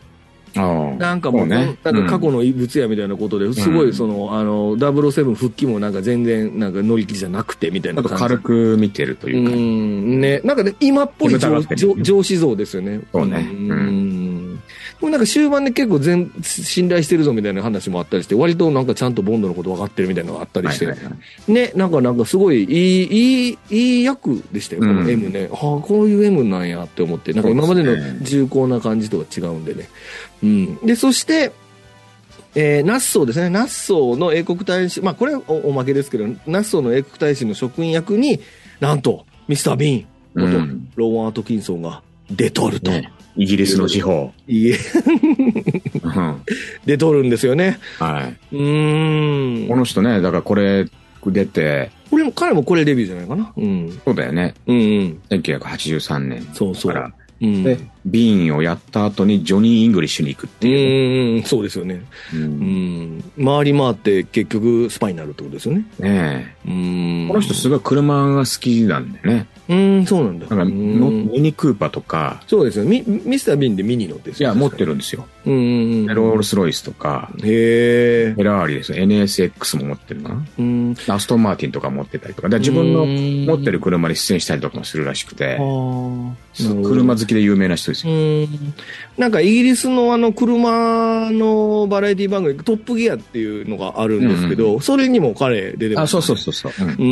B: ああ
A: なんかもう、
B: そうね
A: なんか過去の異物やみたいなことで、すごいその、あの、007復帰もなんか全然、なんか乗り気じゃなくてみたい
B: ち
A: な
B: ょっと
A: 感じ。
B: 軽く見てると
A: う
B: いうか。
A: ん、ね。なんかね、今っぽい
B: 煙たが
A: 上
B: ってる
A: 上上司像ですよね。
B: そうね
A: うん。
B: う
A: でもなんか終盤で結構全、信頼してるぞみたいな話もあったりして、割となんかちゃんとボンドのこと分かってるみたいなのがあったり
B: はい
A: して、
B: はいはい
A: ね、なんかなんかすごいいい、いい、いい役でしたよ、こ
B: う
A: の
B: ん
A: M ね。ああ、こういう M なんやって思って、なんか今まで
B: そうです
A: の
B: ね
A: 重厚な感じとは違うんでね。うん。で、そして、えーナッソーですね。ナッソーの英国大使、まあこれはおおまけですけど、ナッソーの英国大使の職員役に、なんと、ミスター・ビーンこと、
B: うん
A: ローン・アートキンソンが出とると。
B: ねイギリスの地方。
A: いえ、
B: うんは
A: 出とるんですよね。
B: い。
A: うー
B: こ
A: ん。
B: の人ね、だからこれ出て、
A: これも、彼もこれデビューじゃないかな。うん。
B: そうだよね。
A: うんうん。
B: 1983年
A: そうそう。
B: から。
A: うん、
B: で、ビーンをやった後にジョニー・イングリッシュに行くって
A: う
B: いう。
A: ーん、そうですよね。
B: う
A: うんん。回り回って結局スパイになるってことですよね。
B: ね
A: う
B: え
A: ん。
B: この人すごい車が好きなんだよね。
A: うん、そうなんだ。
B: だから、
A: う
B: の
A: ん
B: ミニクーパーとか、
A: そうですよ。ミミスター・ビーンでミニ乗って
B: いや、持って
A: る。
B: るんですよ。
A: うんうんうん。
B: ロールス・ロイスとか、
A: へえ
B: フ。ェラーリですよ。NSX も持ってるかな。
A: うん。
B: アストン・マーティンとか持ってたりとか。だから自分の
A: 持
B: 持ってる。車に出演したりとかもするらしくて
A: あ、あ。
B: 車好きで有名な人です
A: う
B: よ。
A: ん。なんかイギリスのあの車のバラエティ番組、トップギアっていうのがあるんですけど、
B: うん
A: それにも彼出て
B: あ、
A: ます、
B: そうそう
A: う
B: そうそう。うん
A: そう。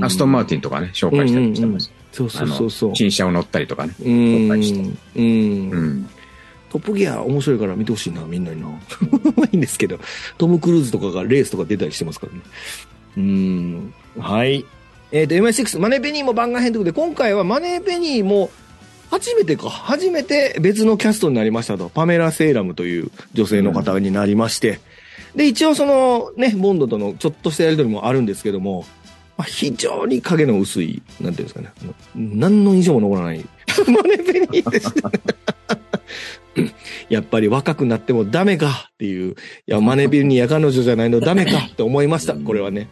A: うん。
B: アストン・マーテ
A: ィン。
B: ィンとかね、紹介したりもしてます。
A: そうそうそうそう。
B: 新車を乗ったりとかね。
A: う
B: 紹介し
A: ん。うん
B: う。ん。
A: トップギア面白いから見てほしいな、みんなに な。いいんですけど、トム・クルーズとかがレースとか出たりしてますからね。うーん。はい。えっ、と、MI6、マネーペニーも番外編ということで、今回はマネーペニーも、初めてか、初めて別のキャストになりましたと、パメラ・セイラムという女性の方になりまして、で、一応そのね、ボンドとのちょっとしたやりとりもあるんですけども、まあ、非常に影の薄い、なんていうんですかね、あの何の印象も残らない、マネペニーでした。 やっぱり若くなってもダメかっていう、いや、マネペニーや彼女じゃないのダメかって思いました、これはね。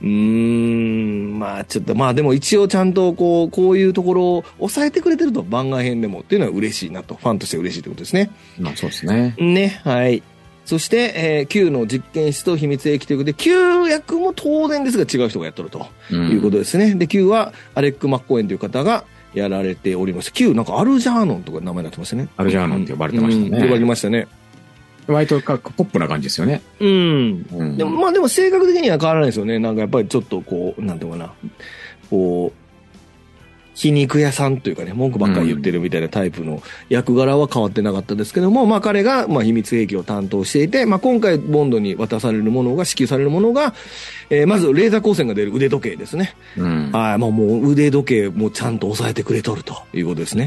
A: うーん、まあちょっと、まあでも一応ちゃんとこう、こういうところを抑えてくれてると、番外編でもっていうのは嬉しいなと、ファンとして嬉しいってことですね。
B: まあそうですね。
A: ね、はい。そして、えー Q の実験室と秘密兵器ということで、Q 役も当然ですが違う人がやっとると
B: う
A: いうんことですね。で、Q はアレック・マッコーエンという方がやられておりまして、Q なんかアルジャーノンとか名前になってましたね。
B: アルジャーノンって呼ばれてました
A: うん呼ばれて
B: ね。
A: ましたね。
B: 割とかポップな感じですよね。
A: うん。
B: うん。
A: でも、まあでも性格的には変わらないですよね。なんかやっぱりちょっとこう、なんていうのかな。こう、皮肉屋さんというかね、文句ばっかり言ってるみたいなタイプの役柄は変わってなかったですけども、まあ彼が、まあ秘密兵器を担当していて、まあ今回ボンドに渡されるものが、支給されるものが、えーまずレーザー光線が出る腕時計ですね。
B: うん。
A: はい、もうもう腕時計もちゃんと押さえてくれとるということ ですね。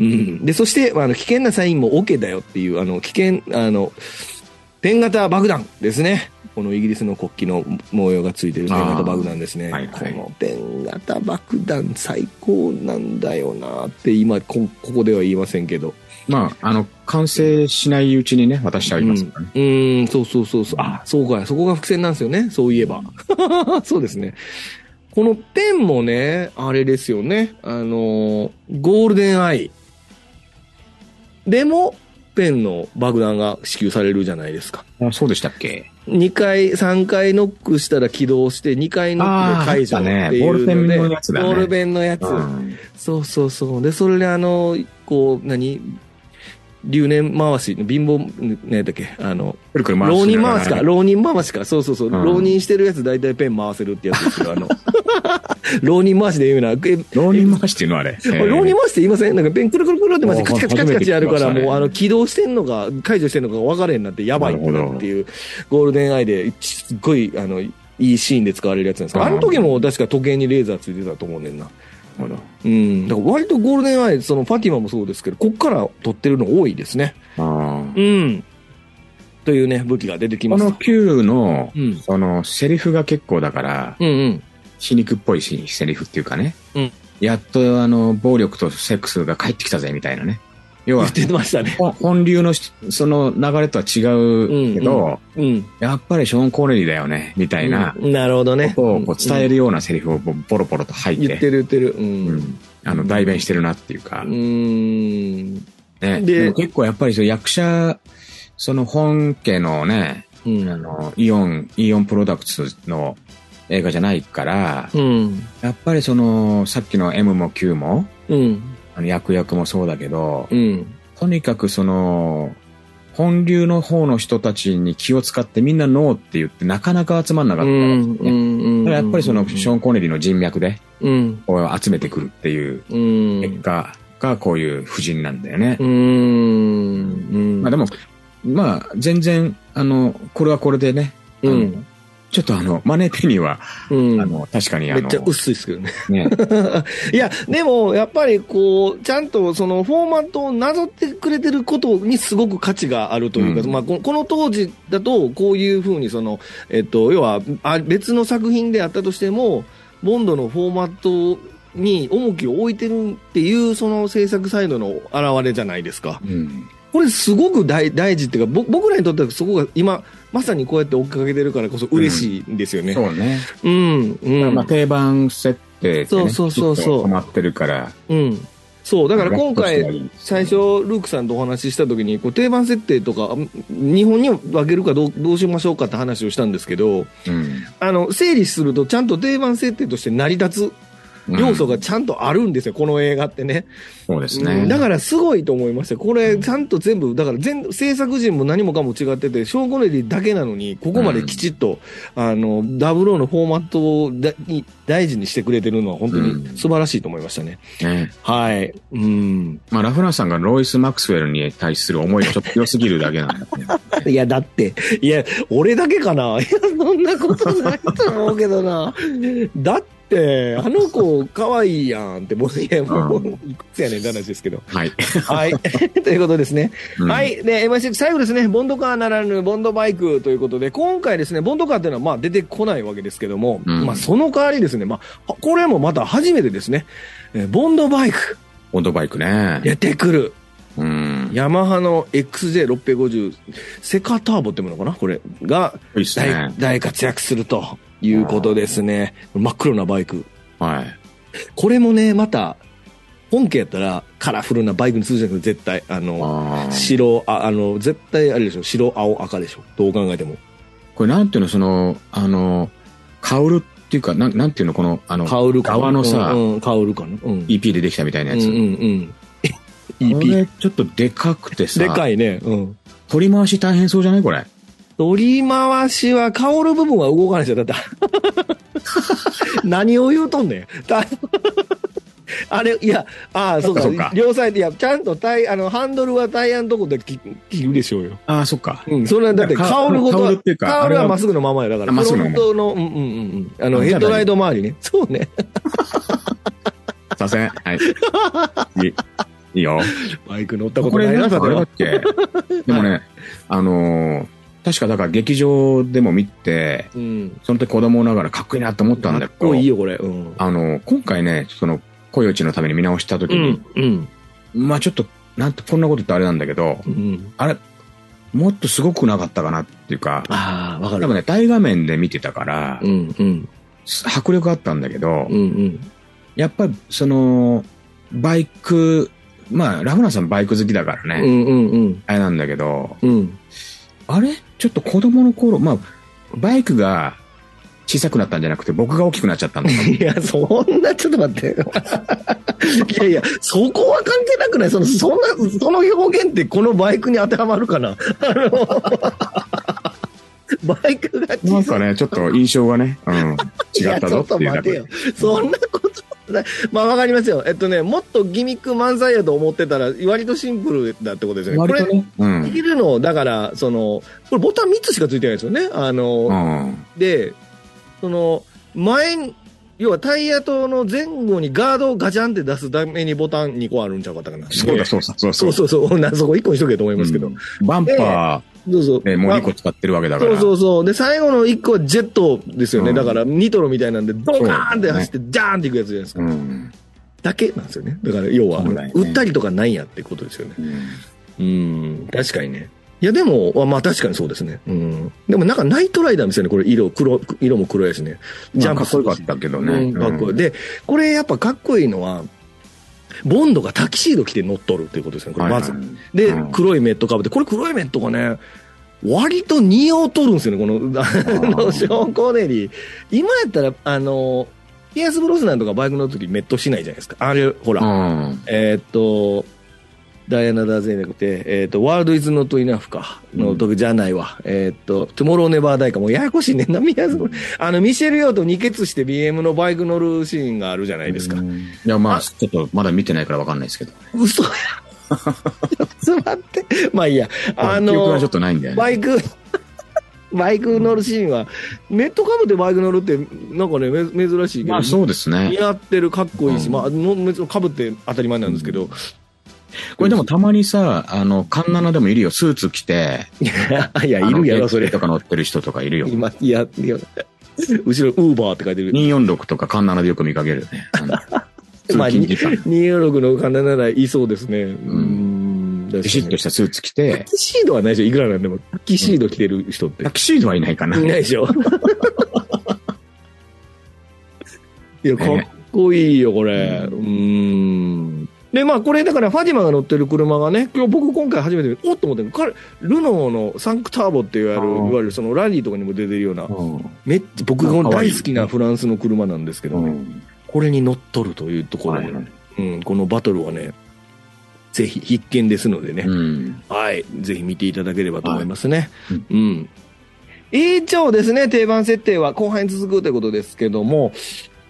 A: うん。で、そして、まああの、危険なサインも OK だよっていう、あの、危険、あの、ペン型爆弾ですね。このイギリスの国旗の模様がついてるペン型爆弾ですね。
B: あーはいはい
A: このペン型爆弾最高なんだよなって今こ、ここでは言いませんけど。
B: まあ、あの、完成しないうちにね、渡してありますからね。
A: うん、うんそうそうそうそう。あ、そうか。そこが伏線なんですよね。そういえば。 そうですね。このペンもね、あれですよね。あのー、ゴールデンアイ。でも、ペンの爆弾が支給されるじゃないですか。
B: あそうでしたっけ
A: 2回、3回ノックしたら起動して、2回ノックで解除っていう
B: あー
A: の
B: あったね
A: で、
B: ボールペンのやつだね
A: ボールペンのやつ。
B: うん。
A: そうそうそう。で、それであの、こう、何留年回し、貧乏、ね、だっけ、あの、
B: くるくる回し
A: 浪人
B: ながら
A: 回しか、浪人回しか、そうそうそう、
B: ん
A: 浪人してるやつ大体ペン回せるってやつです よ、あの。浪人回しで有名な。え、
B: 浪人回しっていうのは あれ。
A: これ浪人
B: し
A: 回しって言いませんなんかペンくるくるくるって回してカ
B: お
A: チカチカチカチやるか
B: 初
A: ら、
B: めて聞きましたね
A: もうあの、起動してんのか、解除してんのか分かれへんなってやばいってなるっていう、ゴールデンアイで、すっごい、あの、いいシーンで使われるやつなんですけど、あの時も確か時計にレーザーついてたと思うねんな。うん。だから割とゴールデンアイ、そのファティマもそうですけど、こっから撮ってるの多いですね。
B: あー
A: うん。というね、武器が出てきま
B: こ
A: す
B: の
A: と。
B: Q の
A: う、ん。
B: その、セリフが結構だから、
A: うんうん。
B: 皮肉っぽいしセリフっていうかね。
A: うん
B: やっと、あの、暴力とセックスが帰ってきたぜ、みたいなね。要
A: 言
B: は
A: っ、てましたね。
B: ほ本流のし、その流れとは違うけど、
A: うんうん。
B: やっぱりショーン・コネリーだよね、みたいな
A: うんなるほど
B: こ
A: ね。
B: とをこう伝えるようなセリフをぼボロボロと
A: う
B: 入
A: ん
B: って、
A: 言ってる言ってる。う。
B: うんんあの、代弁してるなっていうか、
A: う
B: ね
A: ーん。で
B: でも結構やっぱりその役者、その本家のね、
A: うん。
B: あの、イオン、イオンプロダクツの映画じゃないから、
A: うん。
B: やっぱりその、さっきの M も Q も、
A: うん。
B: あの、役役もそうだけど、
A: うん。
B: とにかくその、本流の方の人たちに気を使ってみんなノーって言ってなかなか集まんなか
A: う
B: ったからですね
A: ん。うん。
B: だからやっぱりそのショーン・コネリーの人脈で
A: うん。
B: こう集めてくるっていう
A: うん。
B: 結果がこういう布陣なんだよね
A: う。ん。うん。
B: まあでも、まあ全然、あの、これはこれでね、
A: う
B: あの
A: ん。
B: ちょっとあの、マネーペニーは、
A: うん。
B: あの、確かにあ
A: め
B: の、
A: っちゃ薄いですけどね。
B: ね、
A: いや、でも、やっぱりこう、ちゃんとそのフォーマットをなぞってくれてることにすごく価値があるというか、
B: うん
A: まあ、ここの当時だと、こういうふうにその、えっと、要はあ別の作品であったとしても、ボンドのフォーマットに重きを置いてるっていう、その制作サイドの表れじゃないですか。
B: うん。
A: これすごく大大事っていうか、ぼ僕らにとってはそこが今、まさにこうやって追っかけてるからこそ嬉しいんですよね。
B: そうね。
A: うん、うん。
B: まあ定番設定で
A: そう
B: ね、
A: そうそうそう
B: きっと止まってるから、
A: うん。そう、だから今
B: やっと
A: 回
B: してはいい、
A: 最初、ルークさんとお話ししたときに、こう定番設定とか、日本に分けるかどうどうしましょうかって話をしたんですけど、
B: うん
A: あの、整理するとちゃんと定番設定として成り立つ要素
B: が、
A: がちゃんとあるんですよ、この映画ってね。
B: そうですね。
A: うんだからすごいと思いました。これ、ちゃんと全部、だから全、制作陣も何もかも違ってて、ショーン・コネリーだけなのに、ここまできちっと、あの、ダブルのフォーマットをだに大事にしてくれてるのは本当
B: うん
A: に素晴らしいと思いましたね。
B: ね
A: はい。うん。
B: まあ、ラフランスさんがロイス・マックスウェルに対する思いがちょっと強すぎるだけなんだ けど
A: いや、だって、いや、俺だけかな。いや、そんなことないと思うけどな。だって、あの子、可愛いやんって、もう、いや、もう、いくつやねんって話ですけ ど。
B: はい。
A: はい。 ということですね。
B: うん
A: はい。で、MI6 最後ですね、ボンドカーならぬボンドバイクということで、今回ですね、ボンドカーっていうのはまあ出てこないわけですけども、
B: うん
A: まあその代わりですね、まあ、これもまた初めてですね、えーボンドバイク
B: オンドバイクね。
A: 出てくる、
B: うん。
A: ヤマハの XJ650、セカターボってものかなこれが
B: いいっす
A: 大
B: ね。
A: 大活躍するということですね。真っ黒なバイク。
B: はい。
A: これもね、また、本家やったらカラフルなバイクにするじゃなくて、絶対、あの、
B: あー
A: 白、ああの、絶対あれでしょ、白、青、赤でしょ。どう考えても。
B: これなんていうの、その、あの、カウルっていうか、なんなんていうの、この、あの、
A: カウルかな。
B: 側のさ
A: うん、うんカウルかな。うん。
B: EP でできたみたいな
A: うんう
B: やつ。
A: んうん。
B: こ
A: EP。
B: れちょっとでかくてさ、
A: でかいね。うん。
B: 取り回し大変そうじゃないこれ。
A: 取り回しは、顔の部分は動かないですよ。だ って、何を言うとんねん。たあれ、いや、ああ、そうか、
B: そっか
A: 両サイド、いや、ちゃんとタイ、あの、ハンドルはタイヤのとこで切切るでしょうよ。
B: ああ、そっか。
A: うん、それはだって、
B: か
A: カオルごと
B: カオ
A: は
B: ルってい、うか
A: カオル
B: あれ
A: は
B: は
A: まっすぐのままや。だから、
B: あまっ
A: フ
B: すぐ
A: ロ
B: のま
A: ン
B: ま
A: トの、うんうんうん。あの、
B: あ
A: ヘッドライト周りね。 そうね。
B: 左遷。はい。いいいいよ。
A: バイク乗ったことないな、
B: んか
A: さて
B: あれだ
A: は
B: っ。け でもね、あのー確かだから劇場でも見て、
A: うん。
B: その時子供ながらかっこいいなと思ったんだけ
A: かっ
B: ど、
A: こいいよ、これ。うん。
B: あのー今回ね、その、恋落ちのために見直した時
A: う
B: に、
A: ん。うん。
B: まあちょっと、なんて、こんなこと言ってあれなんだけど、
A: うん。
B: あれ、もっとすごくなかったかなっていうか、
A: ああ、わか
B: 多
A: る。
B: 分ね、大画面で見てたから、
A: うんうん。
B: 迫力あったんだけど、
A: うんうん。
B: やっぱり、その、バイク、まあ、ラフナーさんバイク好きだから
A: う
B: ね、
A: んうんうん。
B: あれなんだけど、
A: うん。
B: あれちょっと子供の頃、まあ、バイクが小さくなったんじゃなくて、僕が大きくなっちゃったんだ。
A: いや、そんな、ちょっと待って。いやいや、そこは関係なくないその、そんな、その表現ってこのバイクに当てはまるかなあの、バイクが
B: な
A: 小
B: ん
A: さ
B: かね、ちょっと印象がね、うん、違ったぞっていうだけ
A: いやちょっと待てよ。そんなことない。まあ、わかりますよ。えっとね、もっとギミック満載やと思ってたら、割とシンプルだってことですよね。
B: 割とね、う
A: これ、
B: ん。
A: 握るの、だから、その、これボタン3つしかついてないですよね。あの、
B: うん。
A: で、その、前に、要はタイヤとの前後にガードをガチャンって出すためにボタン2個あるんちゃうかったかな。
B: そうだ、
A: で
B: そうだ、そうだ
A: そうそうそう。なそこ1個にしとけと思いますけど。
B: うんバンパ
A: どうぞ。
B: ー、ね、もう2個使ってるわけだか
A: そう
B: ら。
A: そうそう。で、最後の1個はジェットですよね。
B: うん
A: だから、ニトロみたいなんで、ドカーンって
B: そう
A: 走って、ジャーンっていくやつじゃないですか。
B: うん。
A: だけなんですよね。だから、要は、
B: そうだよね
A: 売ったりとかないんやってことですよね。
B: う
A: う
B: ん
A: ん。確かにね。いや、でも、あまあ確かにそうですね。うん。でもなんかナイトライダーみたいな、これ色、黒、色も黒やしね。ジャン
B: まあ
A: プ
B: かっこよかっ
A: するした
B: けど
A: う
B: ね。
A: んかっこいい、
B: うん
A: でこれやっぱかっこいいのはボンドがタキシード着て乗っとるっていうことですねこれまず、
B: はいはい
A: で、
B: うん
A: 黒いメットかぶってこれ黒いメットがね割と似合うとるんですよねこのあのショーン・コネリー今やったらあのピアース・ブロスなんとかバイクの時メットしないじゃないですかあれほら、
B: うん。
A: えーっとダイアナ・ダーゼンじゃなくて、えーっと、ワールド・イズ・ノット・イナフか、の時じゃないわ。えーっと、トゥモロー・ネバー・ダイか、もうややこしいねんな、宮津あの、ミシェル・ヨーと二血して BM のバイク乗るシーンがあるじゃないですか
B: う。んいや、ま
A: あ
B: あ、ちょっとまだ見てないからわかんないですけど。
A: 嘘や。 ちょっと待って。まあいいや。あ
B: 記憶
A: の
B: がちょ、っとないんだよ
A: バ
B: ね。
A: イク、バイク乗るシーンは、ネットかぶってバイク乗るって、なんかね、め珍しいけど、
B: まあ、そうですね
A: 似。合ってる、かっこいいし、
B: うん
A: まあ、の別にかぶって当たり前なんですけ ど、
B: これでもたまにさ、あの、カンナナでもいるよ。スーツ着て、
A: いや、いるやろ、そ
B: あの
A: れ。
B: とか乗ってる人とかいるよ。
A: 今、いや、いや、後ろ、ウーバーって書いてる。
B: 246とかカンナナでよく見かけるよ ね。あの通
A: まあ
B: 勤時間。
A: 246の金ならいそうですね。うんん。確かに
B: ビシッとしたスーツ着
A: タ
B: て、
A: キシードはないでしょ、いくらなんでも。タキシード着てる人って。
B: タキシードはいないかな。
A: いないでしょ。 いや、かっ
B: ね
A: こいいよ、これ。う
B: うん
A: ーん。で、まあ、これ、だから、ファディマが乗ってる車がね、今日僕今回初めて、おっと思って彼、ルノーのサンクターボっていわゆ
B: あ
A: る、
B: ー
A: いわゆるそのラリーとかにも出てるような、
B: うん
A: めっちゃ、僕が大好きなフランスの車なんですけど
B: う
A: ね、
B: ん
A: これに乗っとるというところ
B: は
A: で
B: い、
A: うん、このバトルはね、ぜひ必見ですのでね、
B: うん。
A: はい、ぜひ見ていただければと思いますね。
B: は
A: うん。以上ですね、定番設定は後半に続くということですけども、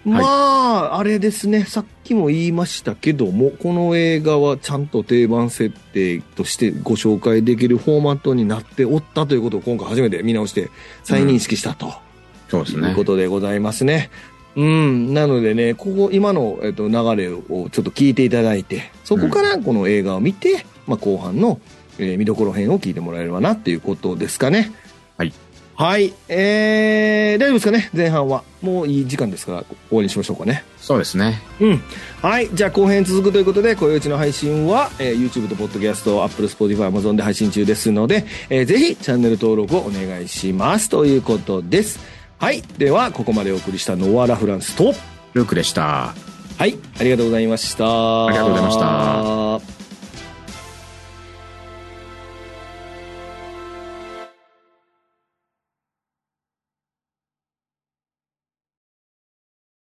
A: まあ、あれですね、さっきも言いましたけども、この映画はちゃんと定番設定としてご紹介できるフォーマットになっておったということを今回初めて見直して再認識したと。
B: そうです
A: という
B: ね
A: こ。とでございますね。うん。なのでね、ここ、今の、えっと、流れをちょっと聞いていただいて、そこからこの映画を見て、まあ、後半の、えー見どころ編を聞いてもらえればなっていうことですかね。
B: はい。
A: はい。えー、大丈夫ですかね前半は。もういい時間ですから、終わりにしましょうかね。
B: そうですね。
A: うん。はい。じゃあ後編続くということで、こよいちの配信は、えー YouTube と Podcast、Apple、Spotify、Amazon で配信中ですので、えーぜひチャンネル登録をお願いします。ということです。はい。では、ここまでお送りしたノア・ラ・フランスと、
B: ルークでした。
A: はい。ありがとうございました。
B: ありがとうございました。